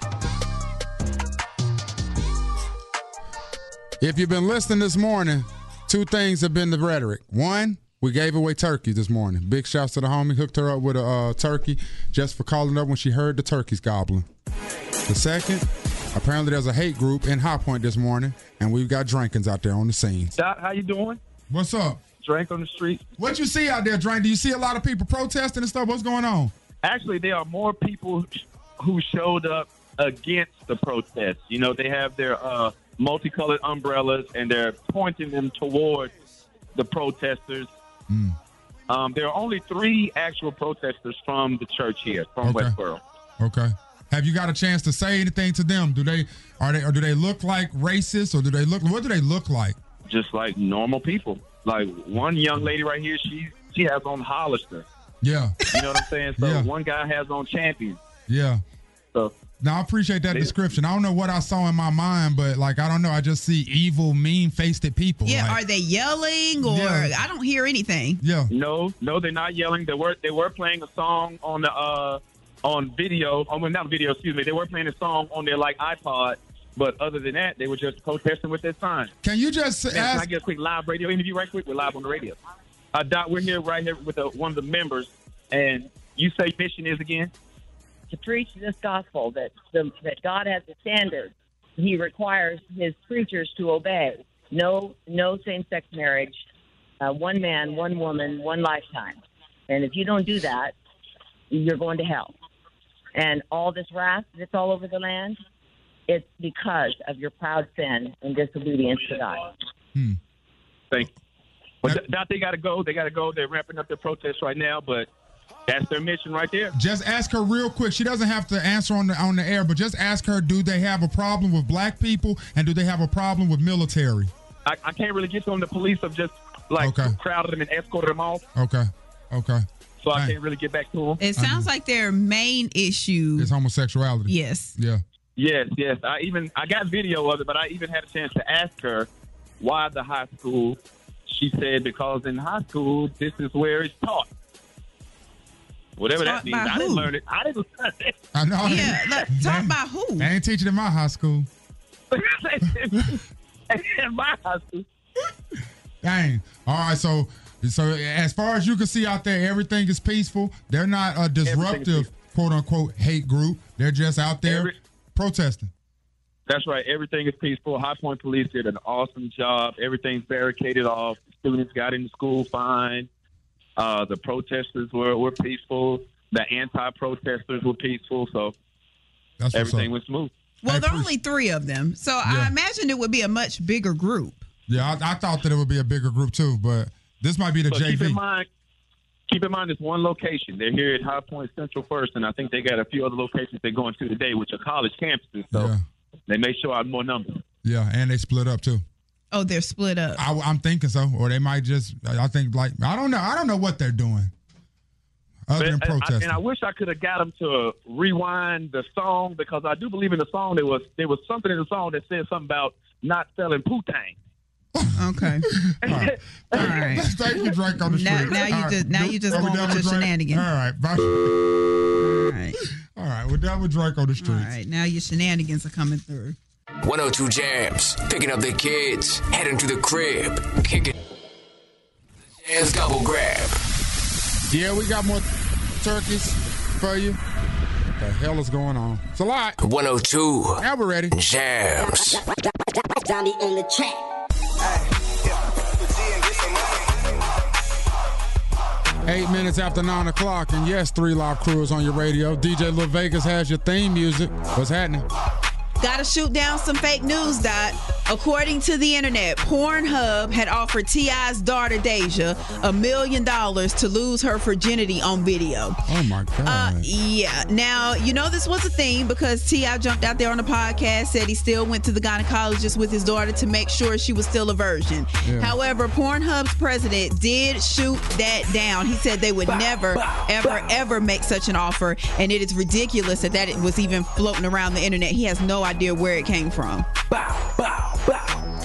S2: If you've been listening this morning, two things have been the rhetoric. One, we gave away turkey this morning. Big shouts to the homie, hooked her up with a uh, turkey just for calling up when she heard the turkeys gobbling. The second, apparently there's a hate group in High Point this morning, and we've got Drankins out there on the scene.
S16: Dot, how you doing?
S2: What's up?
S16: Drank on the street.
S2: What you see out there, Drank? Do you see a lot of people protesting and stuff? What's going on?
S16: Actually, there are more people who showed up against the protests. You know, they have their uh, multicolored umbrellas and they're pointing them towards the protesters. Um, there are only three actual protesters from the church here, from
S2: Okay.
S16: Westboro.
S2: Okay. Have you got a chance to say anything to them? Do they are they or do they look like racists or do they look what do they look like?
S16: Just like normal people. Like one young lady right here, she she has on Hollister.
S2: Yeah.
S16: You know what I'm saying? So one guy has on Champion.
S2: Yeah.
S16: So
S2: Now I appreciate that
S16: They-
S2: description. I don't know what I saw in my mind, but like I don't know. I just see evil, mean-faced people.
S4: Yeah,
S2: like-
S4: are they yelling or
S2: Yeah.
S4: I don't hear anything.
S2: yeah.
S16: No, no, they're not yelling. They were they were playing a song on the uh on video. Oh, well, not video. Excuse me. They were playing a song on their like iPod. But other than that, they were just protesting with their sign.
S2: Can you just
S16: Man, can I
S2: ask?
S16: get a quick live radio interview right quick? We're live on the radio. Uh, Doc, we're here right here with uh one of the members, and you say mission is again.
S22: to preach this gospel that the, that God has a standard. He requires his preachers to obey. No, no same-sex marriage. Uh, one man, one woman, one lifetime. And if you don't do that, you're going to hell. And all this wrath that's all over the land, it's because of your proud sin and disobedience to God.
S16: Thank you. But Doc, they got to go. They got to go. They're ramping up their protests right now, but that's their mission right there.
S2: Just ask her real quick. She doesn't have to answer on the on the air, but just ask her: Do they have a problem with black people, and do they have a problem with military?
S16: I, I can't really get to them. The police have just like crowded them and escorted them off,
S2: Okay, okay.
S16: so I can't really get back to them.
S4: It sounds like their main issue
S2: is homosexuality.
S4: Yes.
S2: Yeah.
S16: Yes, yes. I even I got video of it, but I even had a chance to ask her why the high school. She said because in high school this is where it's taught. Whatever
S2: Taught
S16: that means.
S2: by
S16: I didn't
S2: who?
S16: learn it. I didn't learn it.
S2: I know.
S16: Yeah,
S4: look, talk about who?
S2: They ain't teaching in my high school.
S16: in my high school.
S2: Dang. All right. So, so as far as you can see out there, everything is peaceful. They're not a disruptive, quote unquote, hate group. They're just out there protesting.
S16: That's right. Everything is peaceful. High Point Police did an awesome job. Everything's barricaded off. Students got into school fine. Uh, the protesters were, were peaceful. The anti-protesters were peaceful. So everything was smooth.
S4: Well, there are only three of them, so I imagine it would be a much bigger group.
S2: Yeah, I, I thought that it would be a bigger group too, but this might be the
S16: But keep in
S2: JV.
S16: mind, keep in mind, it's one location. They're here at High Point Central first, and I think they got a few other locations they're going to today, which are college campuses. So they may show out more numbers.
S2: Yeah, and they split up too.
S4: Oh, they're split up.
S2: I, am thinking so, or they might just. I I think like I don't know. I don't know what they're doing. Other than
S16: But- and I-
S2: protesting.
S16: and I wish I could have got them to rewind the song because I do believe in the song there was there was something in the song that said something about not selling putang.
S4: Okay.
S2: All right. Thank you, Drake on the
S4: Now-
S2: street.
S4: now you
S2: All right.
S4: just- now you just
S2: Are we
S4: going
S2: done
S4: with your
S2: Drake?
S4: shenanigans.
S2: All right. Bye. All right. We're done with Drake on the street.
S4: All right, now your shenanigans are coming through.
S3: 102 Jams, picking up the kids, heading to the crib, kicking. Jams double grab.
S2: Yeah, we got more turkeys for you. What the hell is going on? It's a lot.
S3: 102.
S2: Now we're ready.
S3: Jams.
S23: Zombie in the trap.
S2: Eight minutes after nine o'clock, and yes, Three Live Crew is on your radio. DJ Lil Vegas has your theme music. What's happening?
S4: Gotta shoot down some fake news, Dot. According to the internet, Pornhub had offered T.I.'s daughter, Deja, a million dollars to lose her virginity on video.
S2: Oh my God.
S4: Uh, yeah. Now, you know, this was a thing because T.I. jumped out there on the podcast, said he still went to the gynecologist with his daughter to make sure she was still a virgin.
S24: Yeah.
S4: However, Pornhub's president did shoot that down. He said they would never, ever, ever make such an offer. And it is ridiculous that that was even floating around the internet. He has no idea where it came from.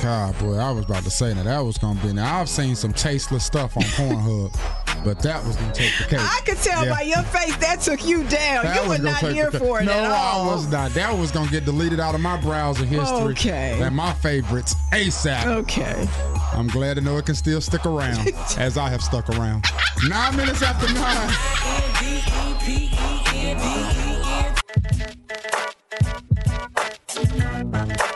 S2: God, boy, I was about to say that that was gonna be. Now I've seen some tasteless stuff on Pornhub, but that was gonna take the cake.
S4: I could tell
S2: Yeah.
S4: by your face that took you down.
S2: That
S4: you
S2: was
S4: were
S2: gonna
S4: not
S2: take
S4: here
S2: the cake.
S4: for it
S2: no,
S4: at all.
S2: I was not. That was gonna get deleted out of my browser history.
S4: Okay.
S2: And my favorites ASAP.
S4: Okay.
S2: I'm glad to know it can still stick around, as I have stuck around. Nine minutes after nine.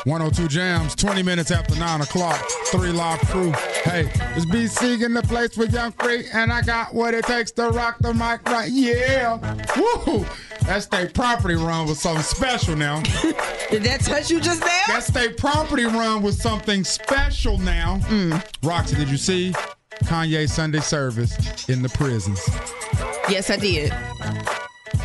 S2: One hundred two jams. Twenty minutes after nine o'clock. Three live crew. Hey, it's BC in the place with Young Free, and I got what it takes to rock the mic right. Yeah. Woo! That state property run was something special. Now.
S4: Did that touch you just there?
S2: That state property run was something special. Now.
S4: Mm.
S2: Roxy, did you see Kanye Sunday service in the prisons?
S4: Yes, I did.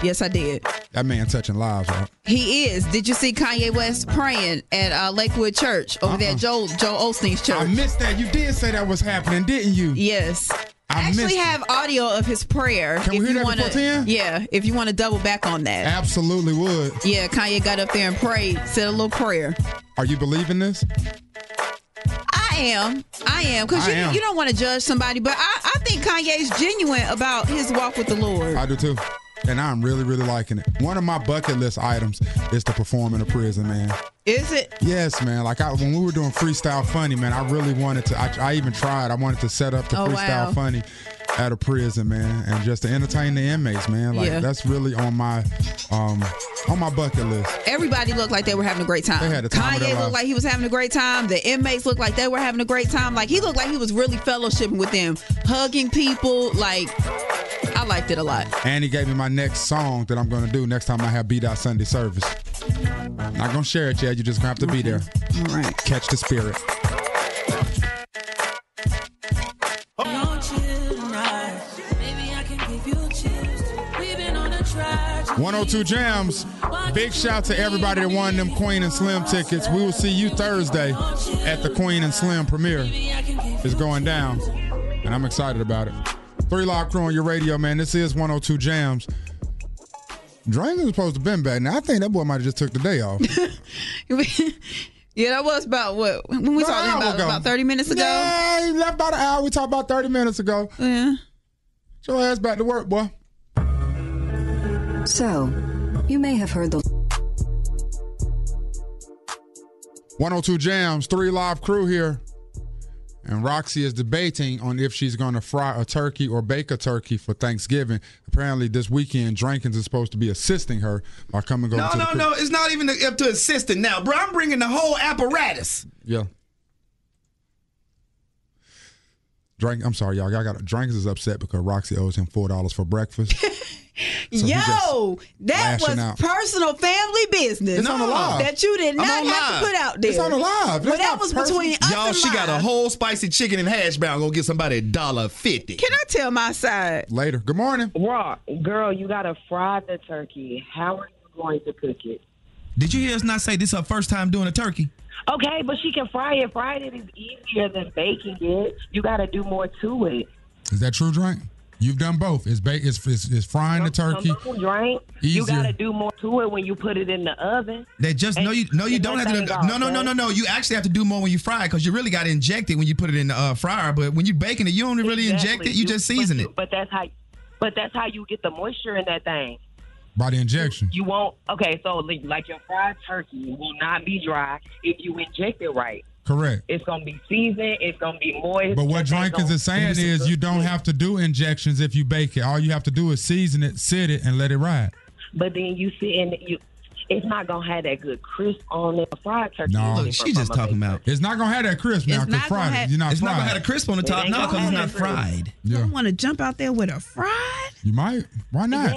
S4: Yes, I did.
S2: That man touching lives, right?
S4: He is. Did you see Kanye West praying at uh, Lakewood Church over there, at Joel Joel Osteen's church? I
S2: Uh-uh. missed that. You did say that was happening, didn't you?
S4: Yes. I,
S2: missed
S4: actually
S2: it.
S4: have audio of his prayer. Can
S2: we hear
S4: you
S2: that
S4: wanna,
S2: before 10?
S4: Yeah, if you want to double back on that.
S2: Absolutely would.
S4: Yeah, Kanye got up there and prayed, said a little prayer.
S2: Are you believing this?
S4: I am. I am. Because
S2: I
S4: you,
S2: am.
S4: you don't want to judge somebody, but I, I think Kanye's genuine about his walk with the Lord.
S2: I do too. And I'm really, really liking it. One of my bucket list items is to perform in a prison, man.
S4: Is it?
S2: Yes, man. Like I, when we were doing freestyle funny, man, I really wanted to. I, I even tried. I wanted to set up the
S4: Oh,
S2: freestyle
S4: wow.
S2: funny at a prison, man, and just to entertain the inmates, man. Like
S4: Yeah.
S2: that's really on my, um, on my bucket list.
S4: Everybody looked like they were having a great time.
S2: They had the time of
S4: Kanye
S2: their
S4: looked
S2: lives.
S4: like he was having a great time. The inmates looked like they were having a great time. Like he looked like he was really fellowshipping with them, hugging people. Like I liked it a lot.
S2: And he gave me my next song that I'm gonna do next time I have B Dot Sunday service. Not gonna share it yet. You're just gonna have to be there.
S4: All right.
S2: Catch the spirit.
S11: One
S2: 102 Jams. Big shout to everybody that won them Queen and Slim tickets. We will see you Thursday at the Queen and Slim premiere. It's going down, and I'm excited about it. Three Live Crew on your radio, man. This is 102 Jams. Drain was supposed to been back. Now I think that boy might have just took the day off.
S4: yeah, that was about what when we
S2: oh About
S4: talked
S2: an hour
S4: about
S2: ago.
S4: about thirty minutes ago.
S2: Yeah, he left about an hour. We talked about 30 minutes ago.
S4: Yeah.
S2: Get your ass back to work, boy.
S25: So, you may have heard the
S2: 102 Jams, three live crew here. And Roxy is debating on if she's going to fry a turkey or bake a turkey for Thanksgiving. Apparently, this weekend, Jenkins is supposed to be assisting her by coming over
S8: No,
S2: to the
S8: no,
S2: crib.
S8: no. It's not even up to assistant now, bro. I'm bringing the whole apparatus.
S2: Yeah. Drank, I'm sorry, y'all. I got Jenkins is upset because Roxy owes him four dollars for breakfast. So he
S4: Yo, that
S2: lashing
S4: was
S2: out.
S4: personal family business.
S2: It's on the live.
S4: That you did
S2: I'm
S4: not
S2: on
S4: have to
S2: live.
S4: put out there.
S2: It's on the live. That's
S4: Well, that
S2: not
S4: was
S2: personal.
S4: between us
S8: Y'all,
S4: and
S8: she got a
S4: live.
S8: whole spicy chicken and hash brown. Gonna get somebody a dollar fifty.
S4: Can I tell my side?
S2: Later. Good morning.
S22: Raw, girl, you gotta fry the turkey. How are you going to cook it?
S8: Did you hear us not say this is her first time doing a turkey?
S22: Okay, but she can fry it. Frying it is easier than baking it. You gotta do more to it.
S2: Is that true, Drake? You've done both. It's ba- it's, it's, it's frying the turkey.
S22: Come on, drink.
S2: Easier.
S22: You gotta do more to it when you put it in the oven.
S8: They just no, you no, you don't have to. Do, no, no, no, no, no. You actually have to do more when you fry it because you really got to inject it when you put it in the uh, fryer. But when you're baking it, you don't really inject
S22: Exactly.
S8: it. You, just
S22: but
S8: season
S22: you-
S8: it.
S22: But that's how, but that's how you get the moisture in that thing.
S2: By the injection.
S22: You won't. Okay, so like like your fried turkey will not be dry if you inject it right.
S2: Correct.
S22: It's gonna be seasoned. It's gonna be moist.
S2: But what
S22: It's not
S2: Jenkins is
S22: gonna-
S2: saying is you don't have to do injections if you bake it. All you have to do is season it, sit it, and let it ride.
S22: But then you see, and you, it's not gonna have that good crisp on it. Fried turkey. is
S2: No,
S22: different from a baked
S2: about. It's not gonna have that crisp now because fried. it. you're not
S8: it's
S2: fried.
S8: not gonna have a crisp on the
S22: It
S8: top
S22: ain't gonna
S8: now because it's not
S22: have that crisp.
S8: fried.
S2: Yeah.
S4: want to jump out there with a fry.
S2: You might. Why not?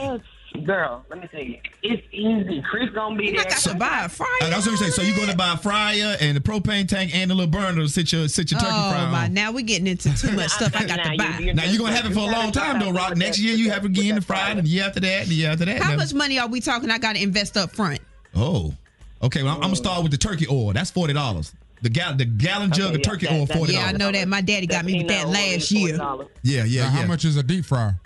S22: Yes, girl. Let me tell you, it's easy. Crisp gonna be there.
S4: to buy a fry.
S2: Oh,
S8: Uh, that's what I'm saying. So you're going to buy a fryer and a propane tank and a little burner to sit your sit your turkey
S4: Oh
S8: fryer
S4: my!
S8: on.
S4: Now we're getting into too much stuff. I got to buy.
S8: Now you're gonna have it for a long time though, Rock. Next year you have it again the fried, and the year after that, the year after that.
S4: How
S8: Now-
S4: much money are we talking? I got to invest up front.
S8: Oh, okay. Well, I'm, I'm gonna start with the turkey oil. That's forty dollars. The gal the gallon jug of turkey oil forty
S4: Yeah, I
S8: dollars.
S4: know that. My daddy got me with that last year.
S8: Yeah, yeah,
S2: Now,
S8: yeah.
S2: How much is a deep fryer?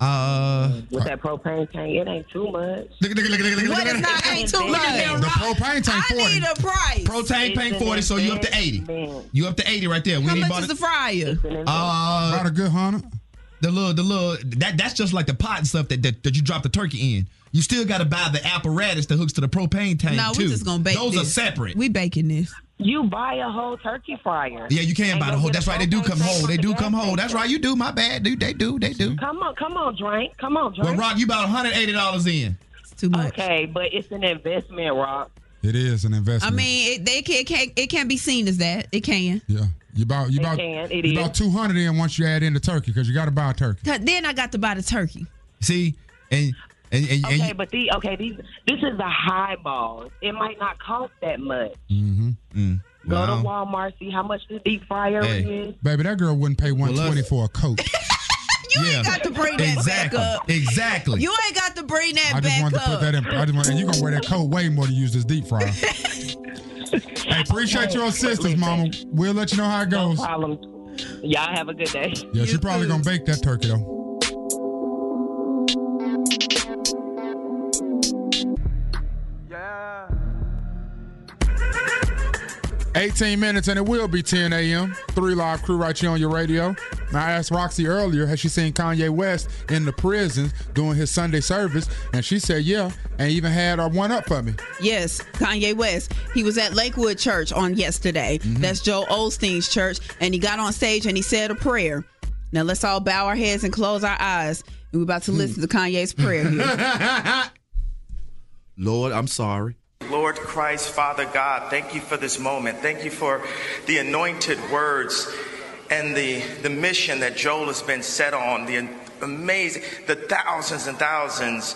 S8: Uh,
S22: With that propane tank, it ain't too much.
S8: Look at look at look at look at
S4: What is not ain't too
S8: Look
S4: much?
S8: at that. The propane tank
S4: I
S8: forty.
S4: need a price.
S8: Propane tank forty, so you up to eighty. You up to eighty right there. We
S4: How
S8: need
S4: much
S8: about
S4: is
S8: a-
S4: the fryer?
S8: Uh,
S2: About a good hundred.
S8: The little, the little that that's just like the pot and stuff that that, that you drop the turkey in. You still got to buy the apparatus that hooks to the propane tank
S4: No,
S8: too.
S4: we just gonna bake
S8: Those are
S4: this.
S8: separate.
S4: We baking this.
S22: You buy a whole turkey fryer.
S8: yeah, you can
S22: And
S8: buy the
S22: go
S8: whole.
S22: get
S8: That's
S22: a
S8: right. They do
S22: propane
S8: come
S22: tank
S8: whole.
S22: from
S8: They
S22: the
S8: do
S22: gas
S8: come whole. That's
S22: station.
S8: right. You do. My bad. Dude, they do. They do.
S22: Come on, come on, drink. Come on, drink.
S8: Well, Rock, you about one hundred eighty dollars in.
S4: too much.
S22: Okay, but it's an investment, Rock.
S2: It is an
S4: I
S2: investment.
S4: mean, it, they can, it can it can be seen as that. It can.
S2: yeah. You about you
S4: It
S2: about
S4: can, it
S2: you
S4: is.
S2: about two hundred in once you add in the turkey because you got to buy a turkey.
S4: 'Cause Then I got to buy the turkey.
S8: See, and and and,
S22: Okay, but the okay, these this is a highball. It might not cost that much.
S8: mm-hmm. Mm.
S22: Go
S2: Wow.
S22: to Walmart, see how much this deep fryer is.
S2: Baby, that girl wouldn't pay one twenty for a coat.
S4: You ain't got to bring that
S2: Exactly.
S4: back up.
S8: Exactly.
S4: You ain't got to bring that
S2: I just
S4: back
S2: wanted
S4: up.
S2: to put that in. I just want, and you gonna wear that coat way more to use this deep fryer. hey, appreciate your assistance, Mama. We'll let you know how it goes.
S22: No problem. Y'all have a good day.
S2: Yeah, she probably gonna bake that turkey though. Eighteen minutes and it will be ten a.m. Three live crew right here on your radio. Now I asked Roxy earlier, has she seen Kanye West in the prison doing his Sunday service? And she said, yeah, and even had her one up for me.
S4: Yes, Kanye West. He was at Lakewood Church on yesterday.
S2: Mm-hmm.
S4: That's Joe Osteen's church. And he got on stage and he said a prayer. Now let's all bow our heads and close our eyes. And we're about
S2: Hmm.
S4: to listen to Kanye's prayer here.
S26: Lord, I'm sorry.
S16: Lord Christ, Father God, thank you for this moment. Thank you for the anointed words and the, the mission that Joel has been set on, the amazing, the thousands and thousands,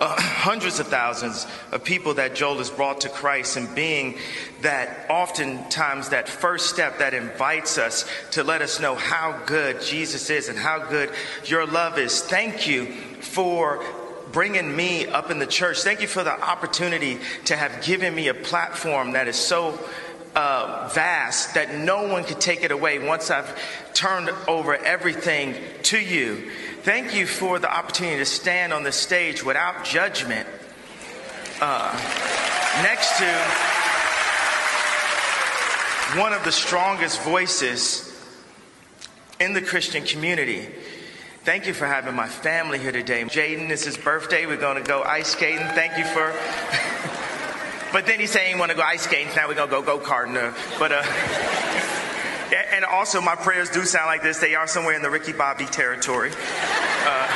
S16: uh, hundreds of thousands of people that Joel has brought to Christ and being that oftentimes that first step that invites us to let us know how good Jesus is and how good your love is. Thank you for bringing me up in the church. Thank you for the opportunity to have given me a platform that is so uh, vast that no one could take it away once I've turned over everything to you. Thank you for the opportunity to stand on the stage without judgment uh, next to one of the strongest voices in the Christian community. Thank you for having my family here today. Jaden, it's his birthday. We're going to go ice skating. Thank you for. but then he said he want to go ice skating. Now we're going to go go karting. Uh, but uh,
S27: A- And also, my prayers do sound like this. They are somewhere in the Ricky Bobby territory. Uh,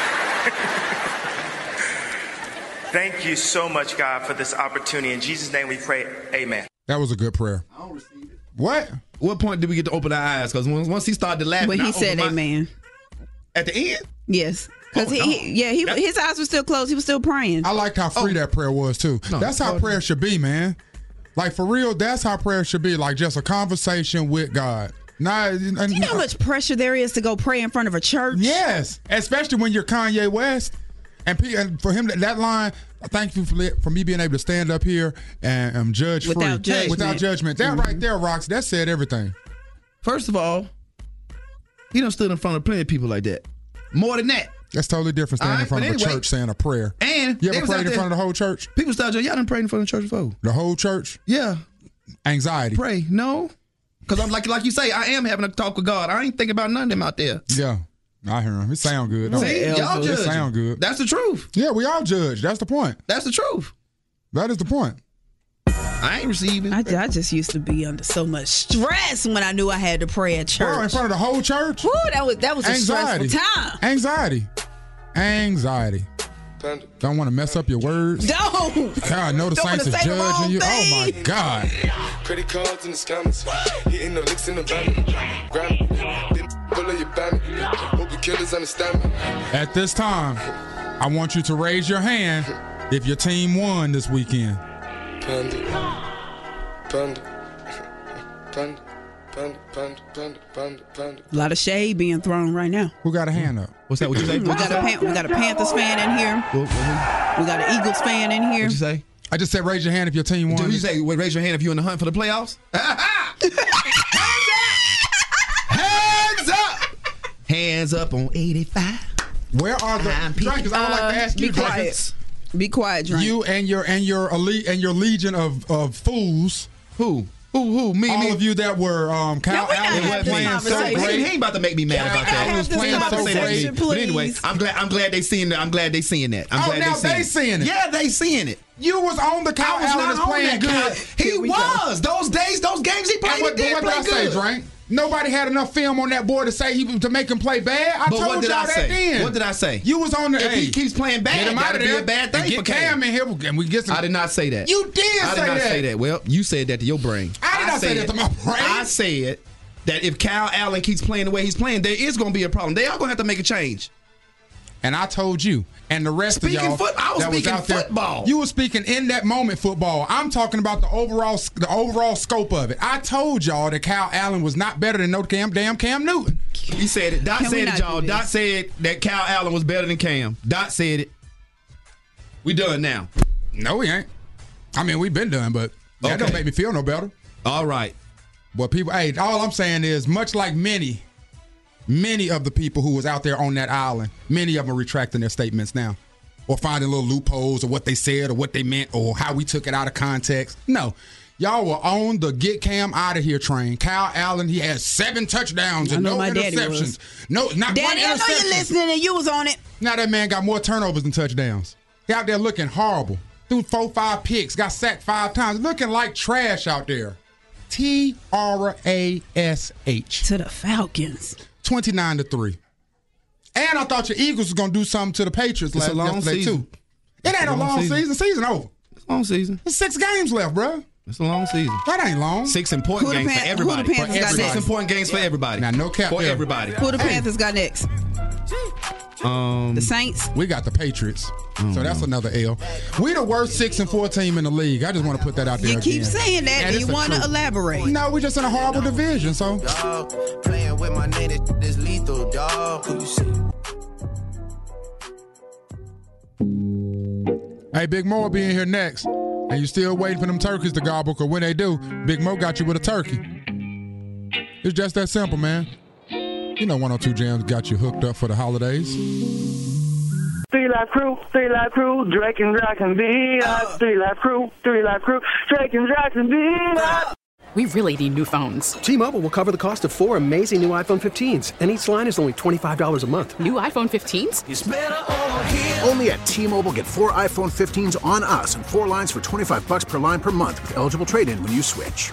S27: thank you so much, God, for this opportunity. In Jesus' name we pray. Amen.
S2: That was a good prayer. What?
S8: What point did we get to open our eyes? Because once, once he started laughing,
S4: When
S8: I
S4: he said
S8: opened my-
S4: amen.
S8: At the end?
S4: Yes. Because
S8: Oh,
S4: he,
S8: no.
S4: he- yeah, he,
S8: That-
S4: his eyes were still closed. He was still praying.
S2: I liked how
S8: Oh.
S2: free that prayer was too.
S4: No.
S2: that's how
S4: Oh,
S2: prayer should be, man. Like for real, that's how prayer should be. Like just a conversation with God. Not, and,
S4: You know how much pressure there is to go pray in front of a church?
S2: Yes, especially when you're Kanye West, and, pe- and for him that, that line. Thank you for, li- for me being able to stand up here and um, judge free
S8: Without judgment. Mm-hmm.
S2: Without judgment, that right there, rocks. That said everything.
S8: First of all, he done stood in front of plenty of people like that. More than that.
S2: That's totally different standing
S8: All right,
S2: in front
S8: but
S2: of a
S8: anyway-
S2: church saying a prayer.
S8: And
S2: you
S8: they
S2: ever
S8: was out
S2: prayed in
S8: there-
S2: front of the whole church?
S8: People start y'all done prayed in front of the church before.
S2: The whole church?
S8: Yeah.
S2: Anxiety.
S8: Pray. No. Cause I'm like like you say, I am having a talk with God. I ain't thinking about none of them out there.
S2: Yeah, I hear him. It sound good. don't
S8: See,
S2: it?
S8: y'all
S2: It
S8: judging.
S2: sound good.
S8: That's the truth.
S2: Yeah, we all judge. That's the point.
S8: That's the truth.
S2: That is the point.
S8: I ain't receiving.
S4: I, ju- I just used to be under so much stress when I knew I had to pray at church.
S2: Bro, in front of the whole church.
S4: Woo, that was that was a stressful time.
S2: Anxiety. Anxiety. Don't want to mess up your words.
S4: Don't.
S2: God, I know the
S1: Don't wanna
S2: saints is
S1: say the wrong
S2: judging you. Oh my
S1: thing.
S2: God.
S1: Credit cards and the scammers. Hitting the licks in the van. Grammy. Then pull up your band. Hope the killers understand me.
S2: At this time, I want you to raise your hand if your team won this weekend.
S1: Panda. Panda. Panda. Panda. Panda. Panda. Panda. Panda.
S4: A lot of shade being thrown right now. Hmm,
S2: Who got a hand up?
S8: What's that? What you say?
S4: We got a Pan- we got a Panthers fan in here. We got an Eagles fan in here.
S8: say?
S2: I just said raise your hand if your team won.
S8: Dude, you say wait, raise your hand if you in the hunt for the playoffs? Hands up! Hands up on 85.
S2: Where are the
S8: I'm
S2: Drake, 'cause I would like to ask you
S4: Be
S2: Drake,
S4: quiet. Be quiet, Drake.
S2: You and your and your elite and your legion of of fools.
S8: Who? Who? Who? Me?
S2: All
S8: me?
S2: of you that were um, Kyle
S8: we not
S2: Allen
S8: have
S2: was
S8: this
S2: playing so
S8: conversation.
S2: great.
S8: He ain't about to make me mad
S2: Kyle
S8: about that.
S2: Allen was playing so great.
S8: But anyway, I'm glad. I'm glad they seeing that. I'm glad they seeing that. I'm
S2: Oh,
S8: glad
S2: now
S8: they seeing,
S2: they seeing it.
S8: Yeah, they seeing it.
S2: You was on the Kyle
S8: I was
S2: Allen
S8: not
S2: is
S8: on
S2: playing
S8: that good.
S2: good.
S8: He was. Those days, those games he played,
S2: And what,
S8: he did
S2: what
S8: play
S2: did I
S8: good.
S2: say, Drake? Nobody had enough film on that boy to say he to make him play bad. I
S8: But
S2: told
S8: what did
S2: y'all
S8: I
S2: that
S8: say?
S2: then.
S8: What did I say?
S2: You was on the.
S8: If he
S2: hey,
S8: keeps playing bad,
S2: get him out
S8: that'd
S2: of
S8: be
S2: there.
S8: a bad thing
S2: and
S8: for
S2: Get
S8: Cam.
S2: Cam in here, and we get some.
S8: I did not say that.
S2: You did
S8: I did
S2: say
S8: not
S2: that.
S8: say that. Well, you said that to your brain.
S2: I did not say
S8: said-
S2: that to my brain.
S8: I said that if Kyle Allen keeps playing the way he's playing, there is going to be a problem. They are going to have to make a change.
S2: And I told you, and the rest
S8: Speaking
S2: of y'all.
S8: foot- I was
S2: that
S8: speaking
S2: out there-
S8: football.
S2: you were speaking in that moment football. I'm talking about the overall the overall scope of it. I told y'all that Kyle Allen was not better than no damn damn Cam Newton.
S8: He said it. Dot
S2: Can we
S8: said
S2: not
S8: it, y'all.
S2: do this?
S8: Dot said that Kyle Allen was better than Cam. Dot said it. We done now.
S2: No, we ain't. I mean, we've been done, but that
S8: Okay.
S2: don't make me feel no better.
S8: All right.
S2: But people, hey, all I'm saying is, much like many, many of the people who was out there on that island, many of them are retracting their statements now, or finding little loopholes or what they said or what they meant or how we took it out of context. No, y'all were on the get Cam out of here train. Kyle Allen, he has seven touchdowns
S4: I
S2: and
S4: know
S2: no
S4: my daddy
S2: interceptions.
S4: was.
S2: No, not
S4: Daddy, I
S2: one
S4: know
S2: interception.
S4: you're listening and you was on it.
S2: Now that man got more turnovers than touchdowns. He out there looking horrible. Threw four, five picks, got sacked five times, looking like trash out there. T R A S H.
S4: To the Falcons.
S2: 29 to 3. And I thought your Eagles was gonna do something to the Patriots
S8: It's
S2: last
S8: a long
S2: yesterday
S8: season.
S2: too. It ain't a long, season. season. over.
S8: It's a long season.
S2: There's six games left, bro.
S8: It's a long season.
S2: That ain't long.
S8: Six important
S4: Who the
S8: games
S4: Pan-
S8: for
S4: who the
S8: everybody. For
S4: Panthers got
S8: everybody.
S4: next?
S8: Six important games for everybody.
S2: Now no cap
S8: for
S2: there.
S8: everybody.
S4: Who the Panthers got next?
S8: Um,
S4: The Saints.
S2: We got the Patriots.
S8: Mm-hmm.
S2: So that's another L. We the worst six and four team in the league. I just want to put that out there.
S4: You keep
S2: again.
S4: saying that.
S2: And
S4: Do
S2: it's
S4: you
S2: the
S4: want to
S2: truth.
S4: elaborate?
S2: No, we just in a horrible division, so
S12: Dog, playing with my name, this shit is lethal, dog. Who you see?
S2: Hey, Big Mo will be in here next. And you still waiting for them turkeys to gobble, because when they do, Big Mo got you with a turkey. It's just that simple, man. You know 102 Jams got you hooked up for the holidays.
S19: Three life crew, three life crew, Drake and Rock and D.
S2: Uh,
S19: Three life crew, three life crew, Drake and Rock and D.
S9: We really need new phones.
S24: T-Mobile will cover the cost of four amazing new iPhone 15s, and each line is only $25 a month.
S9: New iPhone 15s?
S28: Only at T-Mobile get four iPhone 15s on us and four lines for 25 bucks per line per month with eligible trade-in when you switch.